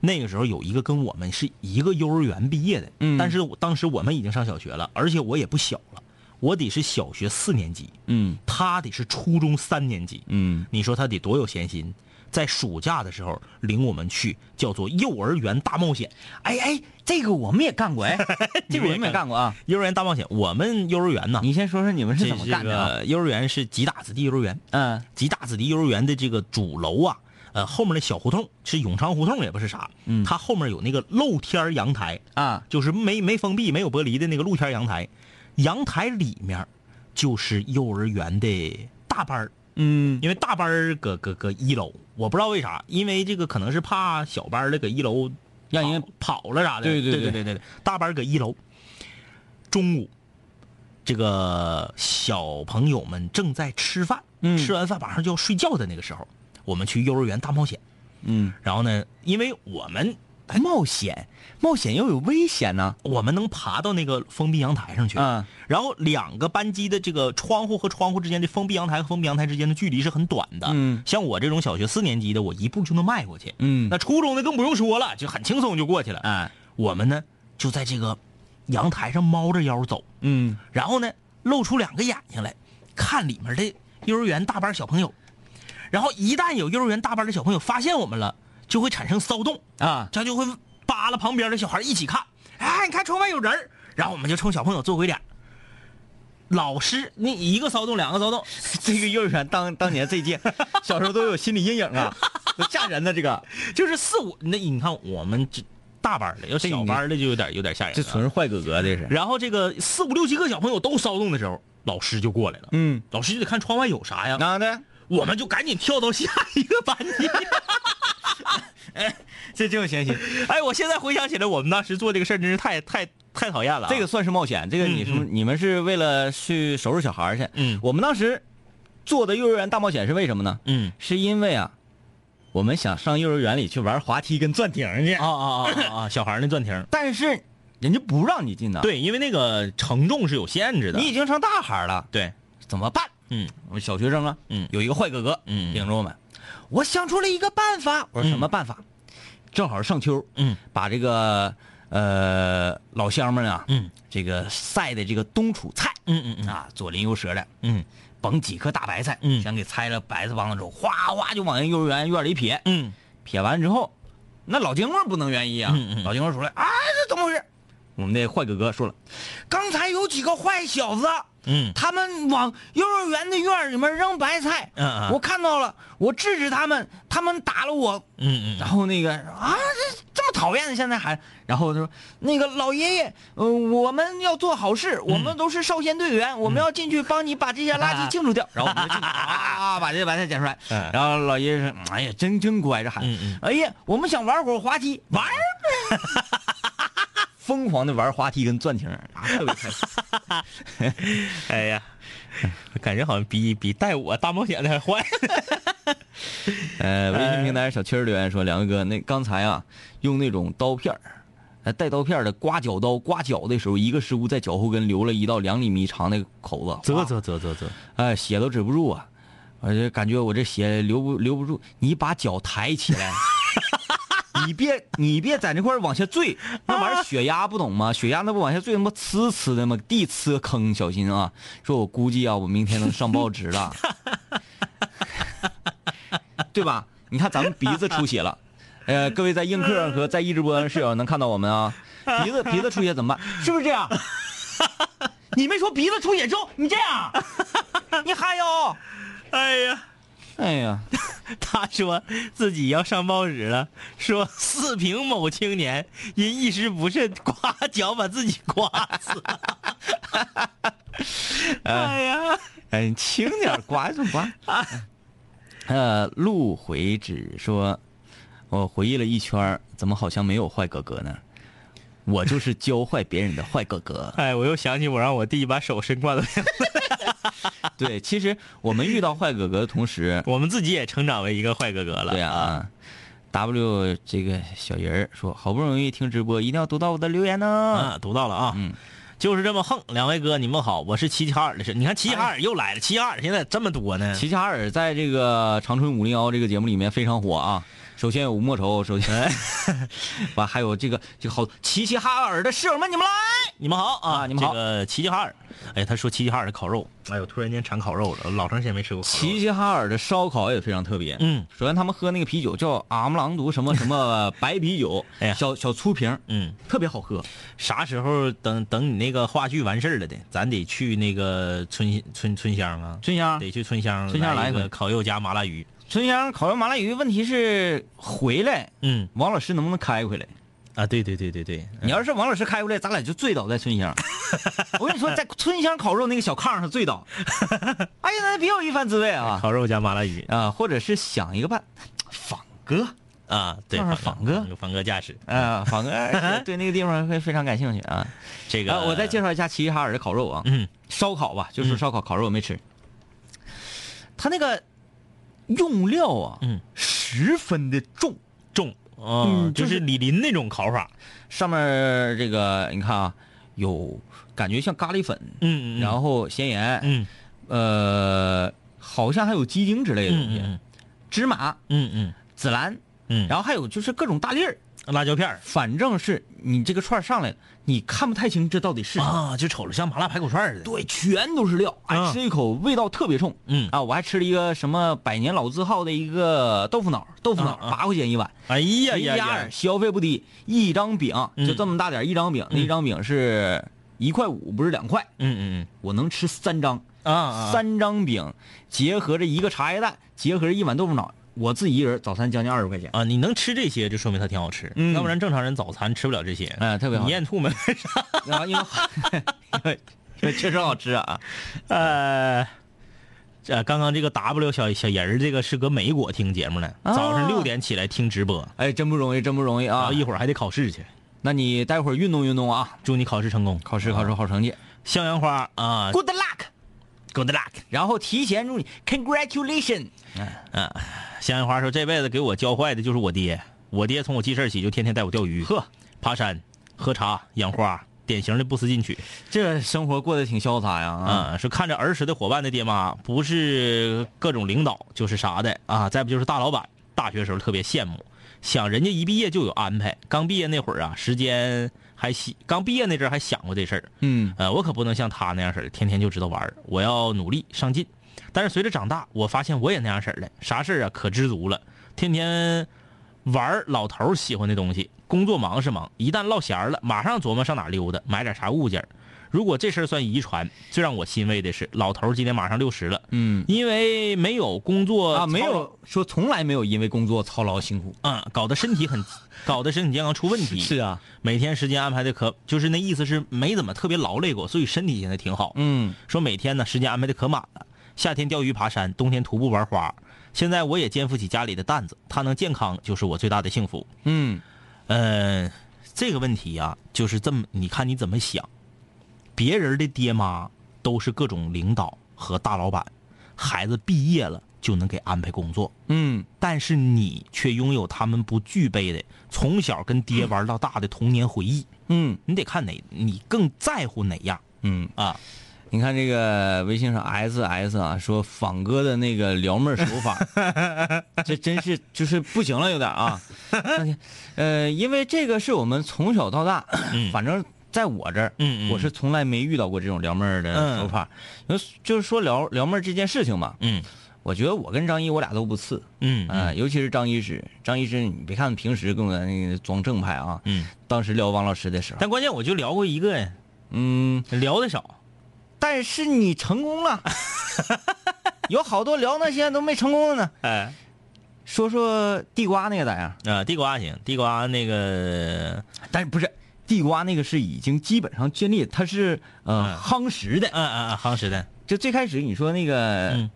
C: 那个时候有一个跟我们是一个幼儿园毕业的，
B: 嗯
C: 但是我当时我们已经上小学了，而且我也不小了，我得是小学四年级，
B: 嗯
C: 他得是初中三年级，
B: 嗯，
C: 你说他得多有闲心，在暑假的时候领我们去叫做幼儿园大冒险，
B: 哎哎，这个我们也干过 哎，这个我们也干过啊。
C: 幼儿园大冒险，我们幼儿园呢，
B: 你先说说你们是
C: 这
B: 怎么干的啊？
C: 个幼儿园是吉大子弟幼儿园，
B: 嗯
C: 吉大子弟幼儿园的这个主楼啊，呃，后面的小胡同是永昌胡同，也不是啥，
B: 嗯
C: 它后面有那个露天儿阳台，
B: 啊，
C: 就是没没封闭、没有玻璃的那个露天阳台，阳台里面就是幼儿园的大班儿，
B: 嗯
C: 因为大班儿搁搁搁一楼，我不知道为啥，因为这个可能是怕小班儿的搁一楼
B: 让人
C: 跑跑了啥的，
B: 对
C: 对
B: 对
C: 对
B: 对
C: 对对，大班儿搁一楼，中午这个小朋友们正在吃饭，
B: 嗯
C: 吃完饭马上就要睡觉的那个时候，我们去幼儿园大冒险，
B: 嗯，
C: 然后呢，因为我们
B: 哎冒险冒险又有危险呢。
C: 我们能爬到那个封闭阳台上去，
B: 嗯
C: 然后两个班级的这个窗户和窗户之间的封闭阳台和封闭阳台之间的距离是很短的。
B: 嗯
C: 像我这种小学四年级的，我一步就能迈过去。
B: 嗯
C: 那初中的更不用说了，就很轻松就过去了。
B: 哎
C: 我们呢就在这个阳台上猫着腰走，
B: 嗯
C: 然后呢露出两个眼睛来看里面的幼儿园大班小朋友，然后一旦有幼儿园大班的小朋友发现我们了，就会产生骚动。
B: 啊
C: 他就会扒拉旁边的小孩一起看，哎，你看窗外有人儿然后我们就冲小朋友做鬼脸儿。老师，那一个骚动，两个骚动，
B: 这个幼儿园当当年这届，小时候都有心理阴影啊，都吓人的这个，
C: 就是四五。那你看我们这大班儿的，要小班儿的就有点有点吓人、啊。
B: 这纯是坏哥哥，这是。
C: 然后这个四五六七个小朋友都骚动的时候，老师就过来了。
B: 嗯，
C: 老师就得看窗外有啥呀，
B: 哪的？
C: 我们就赶紧跳到下一个班 级。
B: 这这种情形，
C: 哎，我现在回想起来，我们当时做这个事儿真是太太太讨厌了啊、
B: 这个算是冒险。这个你是不是你们是为了去收拾小孩儿去？
C: 嗯
B: 我们当时做的幼儿园大冒险是为什么呢？
C: 嗯
B: 是因为啊，我们想上幼儿园里去玩滑梯跟转亭去，
C: 啊啊啊啊啊！小孩儿那转亭儿，
B: 但是人家不让你进呐。，
C: 对，因为那个承重是有限制的。
B: 你已经成大孩儿了，
C: 对，
B: 怎么办？
C: 嗯
B: 我们小学生啊，
C: 嗯
B: 有一个坏哥哥，
C: 嗯
B: 领着我们，我想出了一个办法。我说
C: 嗯
B: 什么办法？正好上秋，
C: 嗯
B: 把这个呃老乡们啊，
C: 嗯
B: 这个晒的这个冬储菜，
C: 嗯嗯嗯
B: 啊，左邻右舍的，
C: 嗯
B: 甭几颗大白菜，
C: 嗯
B: 全给拆了白菜帮子之后，哗哗就往人幼儿园院里撇，
C: 嗯
B: 撇完之后，那老经棍不能愿意啊，
C: 嗯嗯
B: 老经棍出来，啊，这怎么回事？我们那坏哥哥说了，刚才有几个坏小子，
C: 嗯
B: 他们往幼儿园的院里面扔白菜，
C: 嗯嗯
B: 我看到了，我制止他们，他们打了我，
C: 嗯嗯
B: 然后那个啊，这这么讨厌的现在还，然后他说那个老爷爷，呃，我们要做好事，我们都是少先队员，我们要进去帮你把这些垃圾清除嗯 掉。然后我们就进去啊，把这些白菜捡出 来。
C: 嗯
B: 然后老爷爷说，哎呀，真真乖，这孩子
C: 嗯嗯，
B: 哎呀，我们想玩会儿滑梯，玩呗。疯狂的玩滑梯跟转亭， 啊特别开心。
C: 哎呀，感觉好像比比带我大冒险的还坏。
B: 呃，微信平台小七儿留言说，两位哥，那刚才啊，用那种刀片儿，呃带刀片儿的刮脚刀刮脚的时候，一个失误在脚后跟留了一道两厘米长的口子，哇，
C: 啧啧啧，
B: 哎，血都止不住啊，我就感觉我这血留不留不住，你把脚抬起来。 你别你别在那块儿往下坠，那玩意儿血压不懂吗？血压那不往下坠，他妈呲呲的吗？地呲坑，小心啊！说我估计啊，我明天能上报纸了， 对吧？你看咱们鼻子出血了，呃，各位在映客上和在一直播上室友能看到我们啊，鼻子鼻子出血怎么办？是不是这 样？你没说鼻子出血之后你这
C: 啊
B: 样，你哈腰，
C: 哎呀，
B: 哎呀，
C: 他说自己要上报纸了，说四平某青年因一时不慎刮脚把自己刮死 了。哎 呀，。
B: 哎，你轻点儿，刮就刮。呃，陆回止说，我回忆了一圈儿，怎么好像没有坏哥哥呢？我就是教坏别人的坏哥哥
C: 哎，我又想起我让我弟把手伸罐头，，
B: 对，其实我们遇到坏哥哥的同时
C: 我们自己也成长为一个坏哥哥了。
B: 对啊，W 这个小人儿说，好不容易听直播，一定要读到我的留言呢。
C: 啊，读到了啊，
B: 嗯，
C: 就是这么横。两位哥，你们好，我是齐齐哈尔的事。你看齐齐哈
B: 哎
C: 尔又来了，齐齐哈尔现在这么多呢。
B: 齐齐哈尔在这个《长春五零幺》这个节目里面非常火啊，首先有吴莫愁，首 先，完、还有这个这个好齐齐哈尔的室友们，你们来！
C: 你们好啊，
B: 啊你们好
C: 这个齐齐哈尔，哎，他说齐齐哈尔的烤肉，哎呦，突然间馋烤肉了，老长时间没吃过烤肉了。
B: 齐齐哈尔的烧烤也非常特别。
C: 嗯
B: 首先他们喝那个啤酒叫阿姆朗读什么什 么白啤酒，
C: 哎呀
B: 小小粗瓶儿，
C: 嗯，
B: 特别好喝。
C: 啥时候等等你那个话剧完事儿了的，咱得去那个春春春香啊，
B: 春香，
C: 得去春香，
B: 春香来
C: 一
B: 一
C: 个
B: 回
C: 烤肉加麻辣鱼。
B: 春香烤肉麻辣鱼，问题是回来
C: 嗯
B: 王老师能不能开回来？
C: 啊，对对对对对，
B: 你要是王老师开回来，咱俩就醉倒在春 香。我跟你说，在春香烤肉那个小炕上醉 倒，哎呀，那别有一番滋味啊！
C: 烤肉加麻辣 鱼
B: 啊，或者是想一个办，仿哥，
C: 啊，对，
B: 就是
C: 仿
B: 仿哥
C: 仿哥驾驶
B: 啊，仿哥是对那个地方会非常感兴趣啊。
C: 这个，
B: 啊，我再介绍一下齐齐哈尔的烤肉啊，
C: 嗯，
B: 烧烤吧，就说烧烤，烤肉我没吃，它那个用料啊，
C: 嗯，
B: 十分的重，
C: 重，嗯，
B: 嗯
C: 就
B: 就是
C: 是李林那种烤法，
B: 上面儿这个你看啊，有感觉像咖喱粉，
C: 嗯嗯嗯
B: 然后咸盐，
C: 嗯
B: 呃，好像还有鸡精之类的东西，
C: 嗯
B: 芝麻、
C: 嗯嗯
B: 紫兰，
C: 嗯，
B: 然后还有就是各种大粒儿，
C: 后辣椒片儿
B: 反正是你这个串儿上来了，你看不太清这到底是啥。
C: 啊，就瞅着像麻辣排骨串儿似的，
B: 对，全都是料，
C: 嗯
B: 哎，吃一口味道特别冲。
C: 嗯
B: 啊，我还吃了一个什么百年老字号的一个豆腐脑，豆腐脑
C: 嗯嗯
B: 八块钱一碗，
C: 哎呀
B: 一
C: 呀嗯
B: 加
C: 呀
B: 二，消费不低，一张饼就这么大点儿一张饼，那
C: 嗯
B: 一张饼是一块五，不是两块，
C: 嗯嗯
B: 我能吃三张，
C: 嗯啊，啊
B: 三张饼结合着一个茶叶蛋，结合着一碗豆腐脑，我自己一人早餐将近二十块钱。
C: 啊，你能吃这些，就说明它挺好吃，
B: 嗯
C: 要不然正常人早餐吃不了这些，
B: 哎特别好
C: 嗯 你咽吐沫，
B: 然后因为因为 因为确实好吃啊，
C: 呃。这刚刚这个 W 小小人儿，这个是搁美国听节目呢，
B: 啊
C: 早上六点起来听直播，
B: 哎，真不容易，真不容易
C: 然
B: 啊
C: 后！一会儿还得考试去。
B: 那你待会儿运动运动啊，
C: 祝你考试成功，
B: 考试考试好成绩
C: 向阳花啊
B: ，Good luck。
C: ，Good luck。
B: 然后提前祝你 congratulation。
C: 向阳花说：“这辈子给我教坏的就是我爹，我爹从我记事儿起就天天带我钓鱼、
B: 呵，
C: 爬山、喝茶、养花，典型的不思进取
B: 这生活过得挺潇洒呀啊！
C: 啊、是看着儿时的伙伴的爹妈，不是各种领导就是啥的啊，再不就是大老板。大学时候特别羡慕，想人家一毕业就有安排。刚毕业那会儿啊，时间还稀，刚毕业那阵儿还想过这事儿。
B: 嗯，
C: 呃，我可不能像他那样式儿的，天天就知道玩儿。我要努力上进。但是随着长大，我发现我也那样式儿的，啥事儿啊可知足了，天天玩儿老头儿喜欢的东西。工作忙是忙，一旦落闲儿了，马上琢磨上哪儿溜达，买点啥物件儿。如果这事儿算遗传，最让我欣慰的是，老头儿今年马上六十了，
B: 嗯，
C: 因为没有工作
B: 啊，没
C: 呃操劳
B: 有说从来没有因为工作操劳辛苦。
C: 啊、搞得身体很，搞得身体健康出问题。
B: 啊，
C: 每天时间安排的可就是那意思是没怎么特别劳累过，所以身体现在挺好。
B: 嗯，
C: 说每天呢时间安排的可满了，夏天钓鱼爬山，冬天徒步玩花。现在我也肩负起家里的担子，他能健康就是我最大的幸福。
B: 嗯，
C: 嗯，这个问题呀、就是这么，你看你怎么想。别人的爹妈都是各种领导和大老板，孩子毕业了就能给安排工作，
B: 嗯，
C: 但是你却拥有他们不具备的，从小跟爹玩到大的童年回忆。
B: 嗯，
C: 你得看哪，你更在乎哪样
B: 嗯，
C: 啊？
B: 你看这个微信上 S S 啊，说仿哥的那个撩妹手 法，这真是就是不行了，有点 啊。呃，因为这个是我们从小到大，
C: 嗯
B: 反正在我这儿，
C: 嗯嗯
B: 我是从来没遇到过这种撩妹儿的手法。因为就是说撩撩妹儿这件事情吧，
C: 嗯
B: 我觉得我跟张一我俩都不次，
C: 嗯
B: 啊、尤其是张医师，张医师，你别看平时跟我那个装正派啊，
C: 嗯，
B: 当时聊王老师的时候，
C: 但关键我就聊过一个呀，
B: 嗯，
C: 聊的少。
B: 但是你成功 了，有好多聊那些都没成功的呢。
C: 哎，
B: 说说地瓜那个咋样？
C: 啊，地瓜行，地瓜那个，
B: 但是不是地瓜那个是已经基本上建立，它是呃、
C: 嗯
B: 夯实的。
C: 嗯嗯嗯，夯实的
B: 就最开始你说那个、
C: 嗯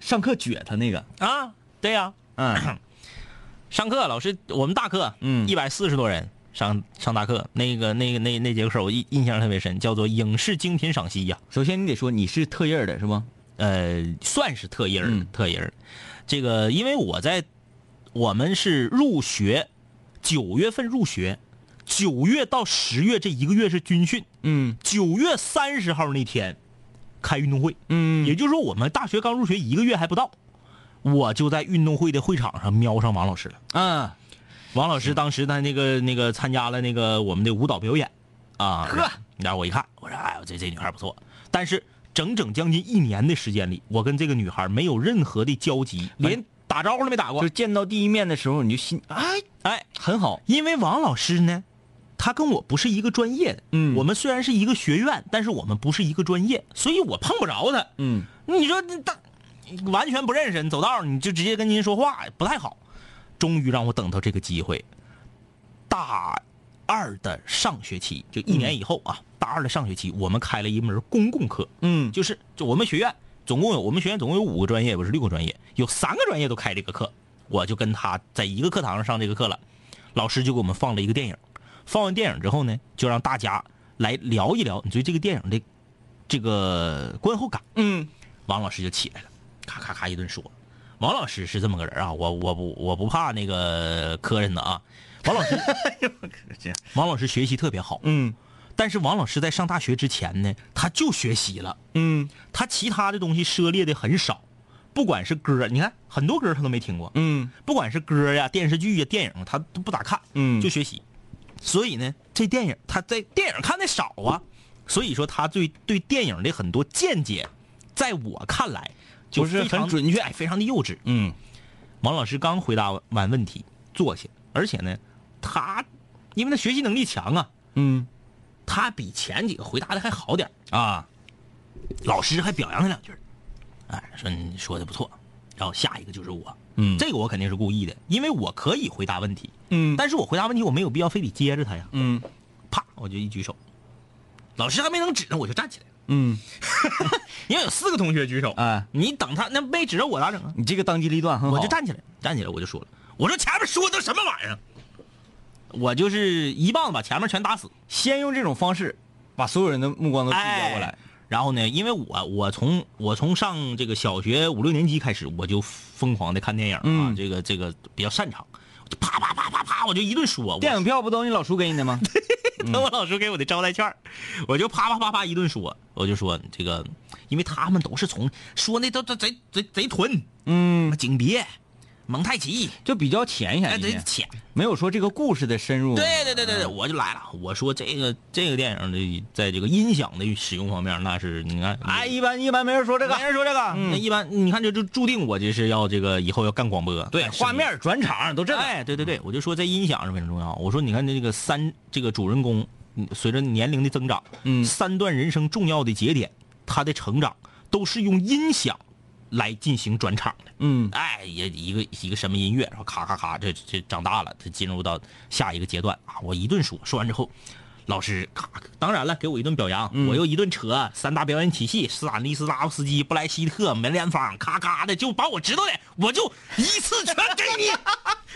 B: 上课撅他那个，
C: 啊，对呀、
B: 嗯
C: 上课老师，我们大课，
B: 嗯
C: 一百四十多人上上大课，那个那个那那节课我印印象特别深，叫做影视精品赏析呀、
B: 首先你得说你是特印儿的是吧？
C: 呃，算是特一人儿、
B: 嗯
C: 特一人儿。这个因为我在我们是入学，九月份入学，九月到十月这一个月是军训，
B: 嗯
C: 九月三十号那天开运动会，
B: 嗯
C: 也就是说我们大学刚入学一个月还不到，我就在运动会的会场上瞄上王老师了。
B: 嗯，
C: 王老师当时他那个那个参加了那个我们的舞蹈表演啊，呵，然后我一看，我说哎呦这这女孩不错，但是整整将近一年的时间里，我跟这个女孩没有任何的交集，连打招呼都没打过
B: 就。见到第一面的时候你就心哎
C: 哎，
B: 很好，
C: 因为王老师呢，他跟我不是一个专业的，
B: 嗯
C: 我们虽然是一个学院，但是我们不是一个专业，所以我碰不着他。
B: 嗯，
C: 你说这大完全不认识，你走道儿你就直接跟您说话不太好。终于让我等到这个机会，大二的上学期，就一年以后啊，大二的上学期，我们开了一门公共课，
B: 嗯
C: 就是就我们学院总共有我们学院总共有五个专业，不是六个专业，有三个专业都开这个课，我就跟他在一个课堂上上这个课了，老师就给我们放了一个电影，放完电影之后呢，就让大家来聊一聊你对这个电影的这个观后感，
B: 嗯，
C: 王老师就起来了，咔咔咔一顿说。王老师是这么个人啊，我我不我不怕那个磕碜的啊。王老师，王老师学习特别好，
B: 嗯
C: 但是王老师在上大学之前呢，他就学习了，
B: 嗯
C: 他其他的东西涉猎的很少，不管是歌，你看很多歌他都没听过，
B: 嗯
C: 不管是歌呀、电视剧呀、电影，他都不咋看，
B: 嗯
C: 就学习。所以呢，这电影他在电影看的少啊，所以说他对对电影的很多见解，在我看来就
B: 不是
C: 非常
B: 很准确
C: 哎非常的幼稚。
B: 嗯
C: 王老师刚回答完问题，坐下，而且呢，他因为他学习能力强啊，
B: 嗯
C: 他比前几个回答的还好点儿
B: 啊，
C: 老师还表扬他两句儿，哎，说你说的不错。然后下一个就是我，
B: 嗯
C: 这个我肯定是故意的，因为我可以回答问题，
B: 嗯
C: 但是我回答问题我没有必要非得接着他呀。
B: 嗯
C: 啪，我就一举手，老师还没能指呢，我就站起来了，
B: 嗯，
C: 因为有四个同学举手，
B: 哎，
C: 你等他那没指着我咋整啊？
B: 你这个当机立断很好，
C: 我就站起来，站起来我就说了，我说前面说的什么玩意儿？我就是一棒子把前面全打死，
B: 先用这种方式把所有人的目光都聚焦过来
C: 哎，然后呢，因为我我从我从上这个小学五六年级开始，我就疯狂的看电影啊，
B: 嗯
C: 这个这个比较擅长，我就啪啪啪啪啪，我就一顿说，我
B: 电影票不都你老叔给你 的吗？
C: 那 我老师给我的招待券儿，我就啪啪啪啪一顿说，我就说这个，因为他们都是从说那都都贼贼贼屯，什
B: 嗯，
C: 么景别、蒙太奇，
B: 就比较浅
C: 哎，
B: 显一
C: 贼
B: 些，
C: 浅。
B: 没有说这个故事的深入。
C: 对对对对
B: 嗯
C: 对，我就来了。我说这个这个电影的，在这个音响的使用方面，那是你看，
B: 哎，一般一般没人说这个
C: 没，人说这个，
B: 嗯
C: 啊那一般你看这就注定我这是要这个以后要干广播，
B: 对，
C: 干视频
B: 画面转场都这嗯个，
C: 哎，对对对，我就说这音响是非常重要。我说你看这个三这个主人公，嗯随着年龄的增长，
B: 嗯
C: 三段人生重要的节点，他的成长都是用音响来进行转场的。
B: 嗯
C: 哎，也一个一个什么音乐，然后咔咔咔，这这长大了，他进入到下一个阶段啊。我一顿说，说完之后，老师咔，当然了，给我一顿表扬，我又一顿扯三大表演体系，斯坦利斯拉夫斯基、布莱希特、门连芳，咔咔的就把我知道的，我就一次全给 你，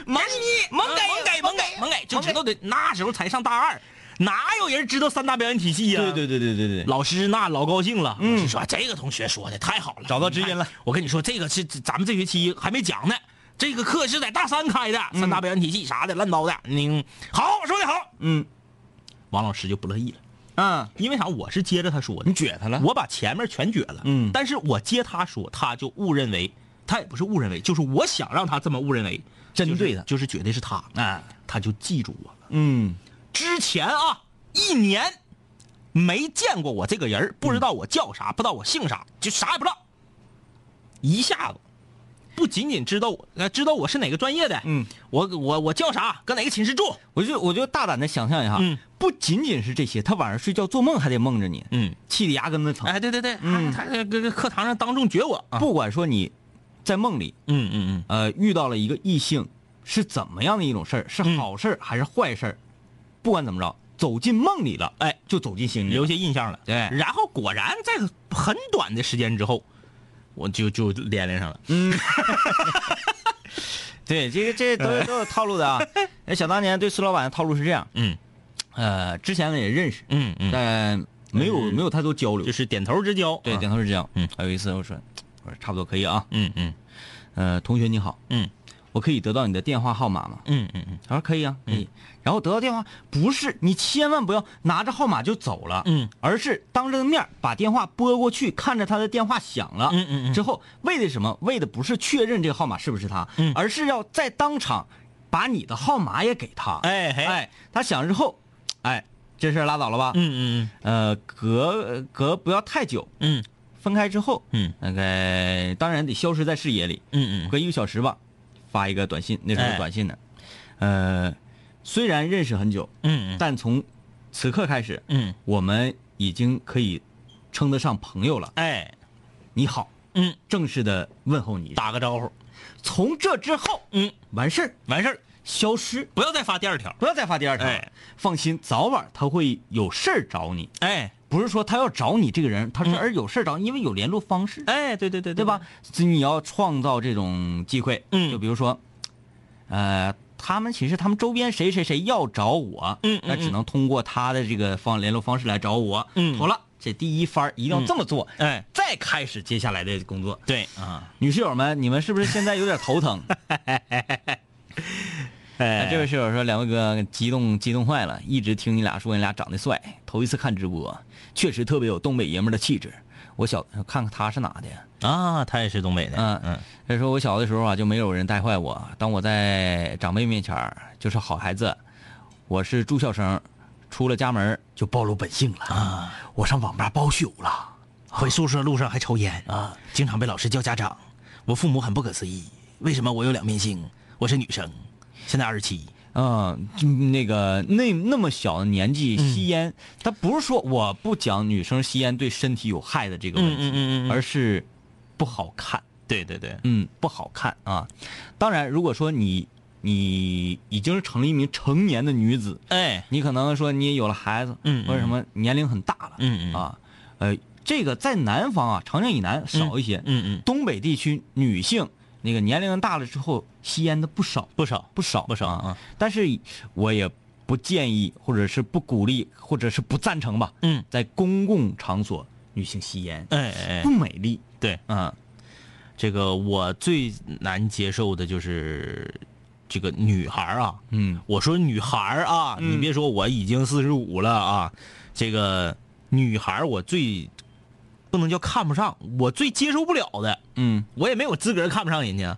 C: 猛你猛给猛给猛给猛给，就知道的。那时候才上大二，哪有人知道三大表演体系呀、
B: 对对对对对对，
C: 老师那老高兴了，老师说哎这个同学说的太好了，
B: 嗯找到知音了
C: 你看。我跟你说，这个是咱们这学期还没讲呢，这个课是在大三开的，三大表演体系啥的，乱糟的。你好，说的好。
B: 嗯
C: 王老师就不乐意了，
B: 啊，
C: 因为啥？我是接着他说的，
B: 你撅他了
C: 我把前面全撅了。
B: 嗯
C: 但是我接他说，他就误认为，他也不是误认为，就是我想让他这么误认为，
B: 针对他
C: 就是，就是觉得是他，
B: 啊，
C: 他就记住我了。
B: 嗯
C: 之前啊，一年没见过我这个人儿不知道我叫
B: 嗯
C: 啥，不知道我姓啥，就啥也不知道。一下子，不仅仅知道我，呃，知道我是哪个专业的，
B: 嗯，
C: 我我我叫啥，搁哪个寝室住，
B: 我就我就大胆的想象一下，
C: 嗯
B: 不仅仅是这些，他晚上睡觉做梦还得梦着你，
C: 嗯，
B: 气得牙根子疼。
C: 哎，对对对，
B: 嗯
C: 他他搁课堂上当众撅我，啊，
B: 不管说你在梦里
C: 嗯嗯嗯，
B: 呃遇到了一个异性是怎么样的一种事儿，是
C: 嗯
B: 好事儿还是坏事儿，不管怎么着，走进梦里了，
C: 哎，
B: 就走进心里
C: 留
B: 了。
C: 下印象了，
B: 嗯对
C: 然后果然在很短的时间之后，我就就连连上了，
B: 嗯对，这个这都有都有套路的 啊。哎想当年对苏老板的套路是这样，
C: 嗯
B: 呃，之前呢也认识，
C: 嗯嗯，
B: 但没有没有太多交流
C: 就。是点头之交，
B: 对，
C: 啊
B: 点头是这样。
C: 嗯，
B: 还有一次我说，我说差不多可以啊。
C: 嗯嗯
B: 呃，同学你好，
C: 嗯，
B: 我我可以得到你的电话号码吗？
C: 嗯嗯嗯
B: 他说可以啊，可以。然后得到电话，不是你千万不要拿着号码就走了，
C: 嗯，
B: 而是当着面把电话拨过去，看着他的电话响了，
C: 嗯嗯嗯
B: 之后为的什么？为的不是确认这个号码是不是他，
C: 嗯
B: 而是要在当场把你的号码也给他，
C: 哎嘿
B: 哎，他响之后，哎，这事儿拉倒了吧，
C: 嗯嗯
B: 呃，隔隔不要太久，
C: 嗯
B: 分开之后，
C: 嗯
B: 大概当然得消失在视野里，
C: 嗯嗯
B: 隔一个小时吧，发一个短信，那时候
C: 哎
B: 是短信呢，呃，虽然认识很久，
C: 嗯嗯
B: 但从此刻开始，
C: 嗯，
B: 我们已经可以称得上朋友了。
C: 哎，
B: 你好，
C: 嗯，
B: 正式的问候你一声。
C: 打个招呼，
B: 从这之后，
C: 嗯，
B: 完事儿，
C: 完事儿，
B: 消失，
C: 不要再发第二条。
B: 不要再发第二条了。
C: 哎
B: 放心，早晚他会有事儿找你，
C: 哎
B: 不是说他要找你这个人，他是
C: 嗯
B: 而有事儿找你，因为有联络方式。
C: 哎，对对对
B: 对吧？？所以你要创造这种机会，
C: 嗯
B: 就比如说，呃，他们其实他们周边谁谁谁要找我，
C: 嗯嗯
B: 那只
C: 嗯
B: 能通过他的这个方联络方式来找我，
C: 嗯
B: 妥了，这第一番儿一定要这么做，
C: 哎，
B: 再开始接下来的工作。
C: 对啊，
B: 女室友们，你们是不是现在有点头疼？
C: 哎
B: 哎，这位室友说，两位哥激动激动坏了，一直听你俩说你俩长得帅，头一次看直播，确实特别有东北爷们儿的气质。我小看看他是哪的呀？
C: 啊，他也是东北的，
B: 嗯
C: 嗯，
B: 他说我小的时候啊，就没有人带坏我。当我在长辈面前儿就是好孩子，我是住校生，出了家门儿就暴露本性了啊！我上网吧包宿了，
C: 回宿舍路上还抽烟啊，经常被老师叫家长。我父母很不可思议，为什么我有两面性？我是女生，现在二十七。
B: 嗯，就那个那那么小的年纪
C: 嗯
B: 吸烟，他不是说我不讲女生吸烟对身体有害的这个问题，
C: 嗯嗯嗯嗯嗯
B: 而是不好看，
C: 对对对，
B: 嗯，不好看啊。当然，如果说你你已经是成了一名成年的女子，
C: 哎，
B: 你可能说你也有了孩子，
C: 嗯嗯
B: 或者什么年龄很大了，
C: 嗯嗯
B: 啊，呃，这个在南方啊，长江以南少一些，
C: 嗯嗯，
B: 东北地区女性那个年龄大了之后吸烟的不少
C: 不少，
B: 不少
C: 不少
B: 啊
C: 啊，
B: 但是我也不建议，或者是不鼓励，或者是不赞成吧，
C: 嗯，
B: 在公共场所女性吸烟
C: 哎哎
B: 不，美丽，
C: 对，
B: 啊，
C: 这个我最难接受的就是这个女孩儿啊，
B: 嗯
C: 我说女孩儿啊，
B: 嗯
C: 你别说我已经四十五了啊，这个女孩儿我最不能叫看不上，我最接受不了的，
B: 嗯
C: 我也没有资格看不上人家，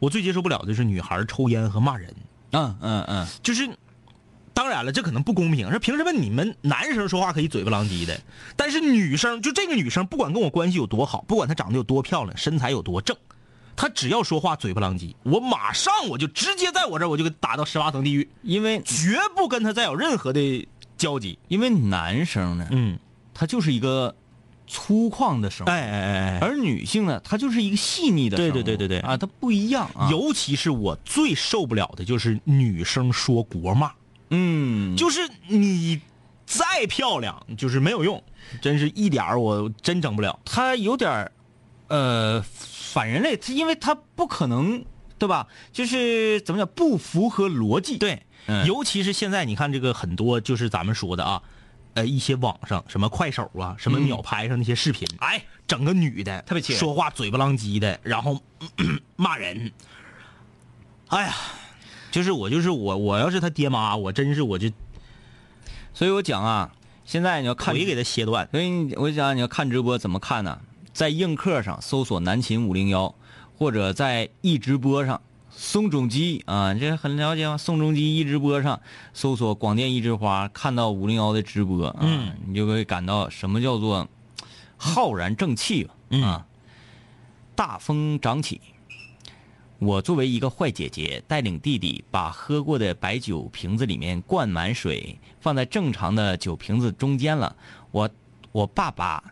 C: 我最接受不了的就是女孩儿抽烟和骂人，
B: 嗯嗯嗯，
C: 就是。当然了，这可能不公平。说凭什么你们男生说话可以嘴不狼藉的，但是女生就这个女生，不管跟我关系有多好，不管她长得有多漂亮，身材有多正，她只要说话嘴不狼藉，我马上我就直接在我这儿我就给打到十八层地狱。
B: 因为
C: 绝不跟他再有任何的交集。
B: 因为男生呢，
C: 嗯，
B: 他就是一个粗犷的生活。
C: 哎哎哎哎
B: 而女性呢，她就是一个细腻的
C: 对
B: 生物，
C: 对对对对
B: 啊，她不一样啊。
C: 哎，，尤其是我最受不了的就是女生说国骂，
B: 嗯，
C: 就是你再漂亮就是没有用，真是一点儿我真整不了。
B: 她有点儿，呃，反人类，她因为她不可能，对吧？就是怎么讲，不符合逻辑。，
C: 对，
B: 嗯
C: 尤其是现在你看这个很多就是咱们说的啊。呃，一些网上什么快手啊，什么秒拍上那些视频，哎，整个女的
B: 嗯特别气人
C: 说话嘴不浪叽的，然后咳咳骂人，哎呀，就是我就是我，我要是他爹妈，我真是我就
B: 所以我讲啊，现在你要看，
C: 腿给他切断。
B: 所以你我讲你要看直播怎么看呢？在映客上搜索南秦五零幺，或者在一直播上。宋仲基啊，你这很了解吗？宋仲基一直播上搜索广电一枝花，看到五零幺的直播啊，
C: 嗯
B: 你就会感到什么叫做浩然正气吧？啊，大风涨起。我作为一个坏姐姐，带领弟弟把喝过的白酒瓶子里面灌满水，放在正常的酒瓶子中间了。我我爸爸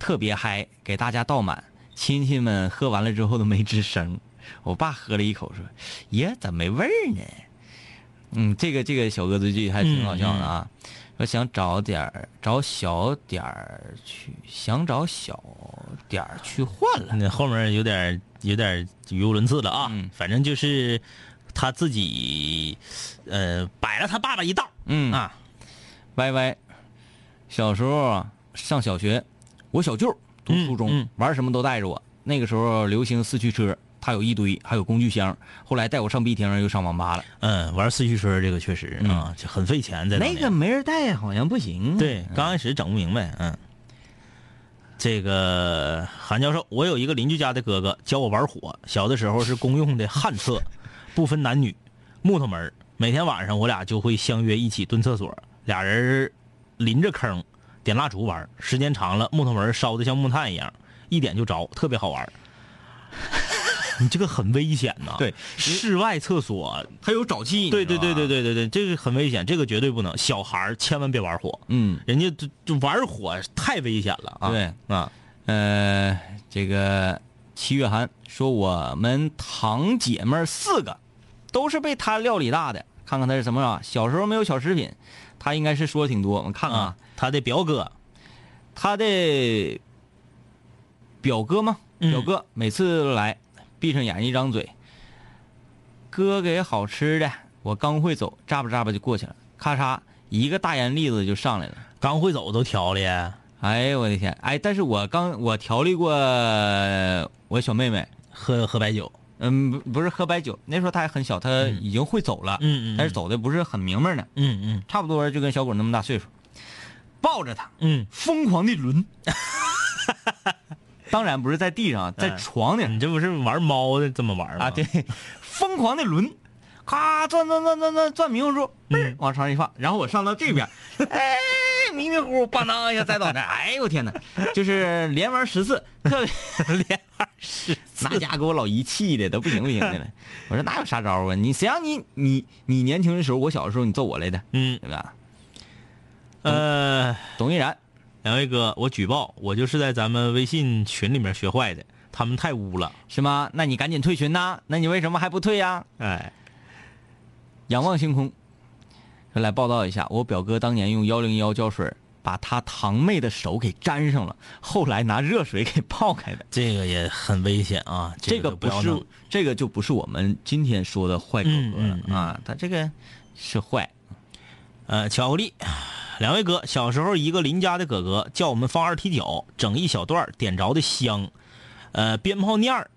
B: 特别嗨，给大家倒满。亲戚们喝完了之后都没吱声。我爸喝了一口说：“爷，咋没味儿呢？”嗯，这个这个小恶作剧还挺好笑的啊。说想找点儿找小点儿去，想找小点儿去换了。
C: 那后面有点有点语无伦次了啊，
B: 嗯
C: 反正就是他自己，呃，摆了他爸爸一道。
B: 嗯
C: 啊，
B: 歪歪，小时候啊，上小学，我小舅儿读初中，
C: 嗯嗯
B: 玩什么都带着我。那个时候流行四驱车，他有一堆，还有工具箱。后来带我上 B 厅，又上网吧了。
C: 嗯，玩四驱车这个确实啊，就很费钱在
B: 嗯
C: 当
B: 那
C: 年
B: 个没人带，好像不行。啊
C: 对，刚开始整不明白，嗯。这个韩教授，我有一个邻居家的哥哥教我玩火，小的时候是公用的旱厕，不分男女，木头门儿每天晚上我俩就会相约一起蹲厕所，俩人临着坑点蜡烛玩儿，时间长了木头门儿烧的像木炭一样，一点就着，特别好玩儿。你这个很危险呐、
B: 对，
C: 室外厕所
B: 还有沼气。
C: 对对对对
B: 对，
C: 对对对，这个很危险，这个绝对不能。小孩儿千万别玩火，
B: 嗯，
C: 人家就就玩火太危险了啊！
B: 对
C: 啊，
B: 呃，这个齐月涵说我们堂姐妹儿四个都是被他料理大的，看看他是什么啊？小时候没有小食品，他应该是说挺多。我们看看啊
C: 啊，，他的表哥，
B: 他的表哥吗？
C: 嗯
B: 表哥每次来，闭上眼一张嘴，哥给好吃的，我刚会走，眨巴眨巴就过去了，咔嚓一个大盐粒子就上来了。
C: 刚会走都调了，
B: 哎呦我的天！哎，但是我刚我调理过我小妹妹，
C: 喝喝白酒，
B: 嗯，不不是喝白酒，那时候她还很小，她已经会走了，
C: 嗯嗯嗯
B: 但是走的不是很明白呢，
C: 嗯嗯
B: 差不多就跟小狗那么大岁数，抱着她，
C: 嗯
B: 疯狂的抡，当然不是在地上，在
C: 嗯
B: 床顶、
C: 你这不是玩猫的这么玩吗？
B: 啊，对，，疯狂的抡，咔转转转转转转迷糊住，嘣儿往床上一放，然后我上到这边，哎，迷迷糊糊，咣当一下栽倒那儿，哎呦我天哪，就是连玩十次，特别连玩十次，那家给我老姨气的都不行不行的了，我说哪有啥招啊？你谁让你你你年轻的时候，我小的时候你揍我来的，
C: 嗯
B: 对吧？
C: 呃，
B: 董一然，
C: 两位哥，我举报，我就是在咱们微信群里面学坏的，他们太污了，
B: 是吗？那你赶紧退群呐、那你为什么还不退呀、
C: 哎，
B: 仰望星空，来报道一下，我表哥当年用幺零幺胶水把他堂妹的手给粘上了，后来拿热水给泡开的。
C: 这个也很危险啊，
B: 这
C: 个
B: 个
C: 都
B: 不
C: 要
B: 是
C: 弄，
B: 这个就不是我们今天说的坏狗哥了
C: 嗯嗯嗯
B: 啊，他这个是坏。
C: 呃，巧克力，两位哥，小时候一个邻家的哥哥叫我们放二踢脚，整一小段儿点着的香，呃，鞭炮念儿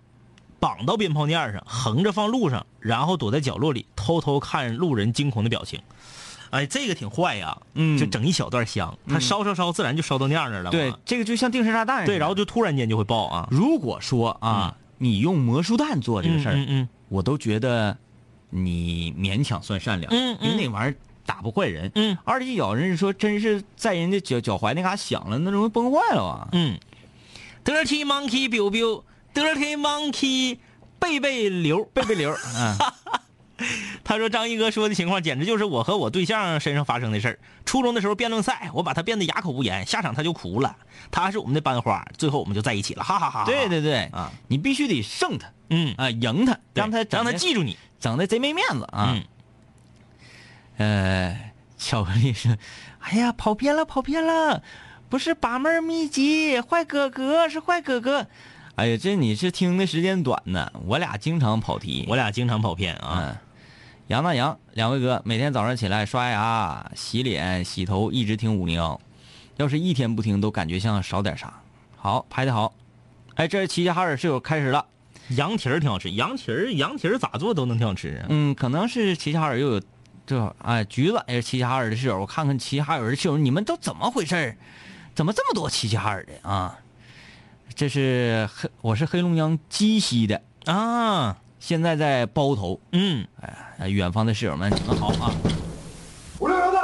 C: 绑到鞭炮念儿上，横着放路上，然后躲在角落里偷偷看路人惊恐的表情。哎，这个挺坏呀、
B: 嗯
C: 就整一小段香，它烧烧烧，自然就烧到那样儿那儿了嘛。
B: 对，啊这个就像定时炸弹似的。
C: 对，然后就突然间就会爆啊。
B: 如果说啊，你用魔术弹做这个事儿，
C: 嗯嗯
B: 我都觉得你勉强算善良，
C: 嗯嗯
B: 因为那玩意儿打不坏人。
C: 嗯
B: 二踢脚，人家说真是在人家脚脚踝那嘎响了，那容易崩坏了啊。
C: 嗯，Dirty Monkey biu biu，Dirty Monkey 贝贝流。
B: 贝贝流儿，嗯，
C: 他说张一哥说的情况简直就是我和我对象身上发生的事儿。初中的时候辩论赛，我把他辩得哑口无言，下场他就哭了。他是我们的班花，最后我们就在一起了，哈哈哈
B: 对，对对
C: 啊，
B: 你必须得胜他
C: 嗯，
B: 啊，赢他，
C: 对
B: 让他整
C: 让他
B: 得
C: 记住你
B: 整的贼没面子啊。
C: 嗯
B: 呃，巧克力说，哎呀，跑偏了，跑偏了，不是把妹儿秘籍，坏哥哥是坏哥哥。哎呀，这你是听的时间短呢，我俩经常跑题。
C: 我俩经常跑偏啊，
B: 嗯，杨大杨，两位哥每天早上起来刷牙、洗脸、洗头，一直听五零幺，要是一天不听，都感觉像少点啥。好，拍的好。哎，这是齐齐哈尔室友开始了，
C: 羊蹄儿挺好吃，羊蹄儿羊蹄儿咋做都能挺好吃啊。
B: 嗯，可能是齐齐哈尔又有这哎，橘子也是齐齐哈尔的室友，我看看齐齐哈尔的室友，你们都怎么回事儿？怎么这么多齐齐哈尔的啊？这是黑，我是黑龙江鸡西的，
C: 啊，
B: 现在在包头。
C: 嗯，
B: 哎，远方的室友们，你们好啊！
F: 五六零的，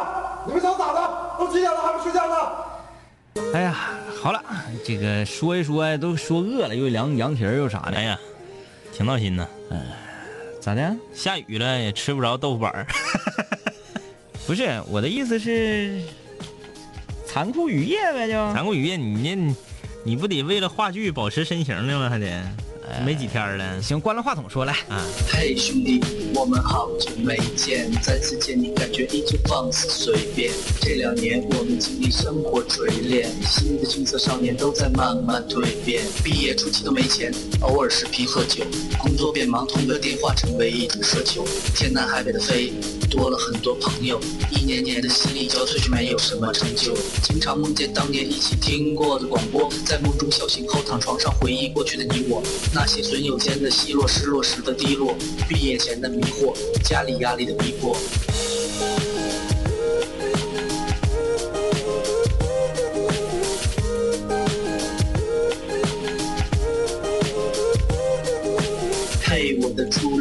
F: 你们想咋的？都几点了还不睡觉呢？
B: 哎呀，好了，这个说一说都说饿了，又凉羊蹄儿又啥
C: 哎
B: 的，
C: 呀，挺闹心的。
B: 咋的？
C: 下雨了也吃不着豆腐板 儿，
B: 不是我的意思是，残酷雨夜呗就。
C: 咱国雨夜你那，你不得为了话剧保持身形呢吗？还得没几天儿了。
B: 哎行，关了话筒说来。
G: 嘿，兄弟，我们好久没见，再次见你感觉依旧放肆随便。这两年我们经历生活锤炼，新的青涩少年都在慢慢蜕变。毕业初期都没钱，偶尔视频喝酒，工作变忙，通个电话成为一种奢求。天南海北的飞，多了很多朋友，一年年的心力交瘁却没有什么成就。经常梦见当年一起听过的广播，在梦中小醒后躺床上回忆过去的你我，那那些损友间的奚落，失落时的低落，毕业前的迷惑，家里压力的逼迫。嘿，我的初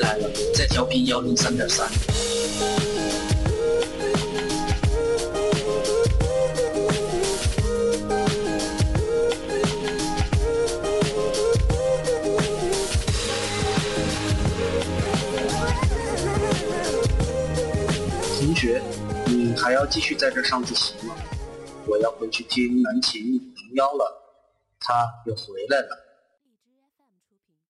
G: 来了，在调频幺零三点三。同学，你还要继续在这上自习吗？我要回去听南琴五零幺了，他又回来了。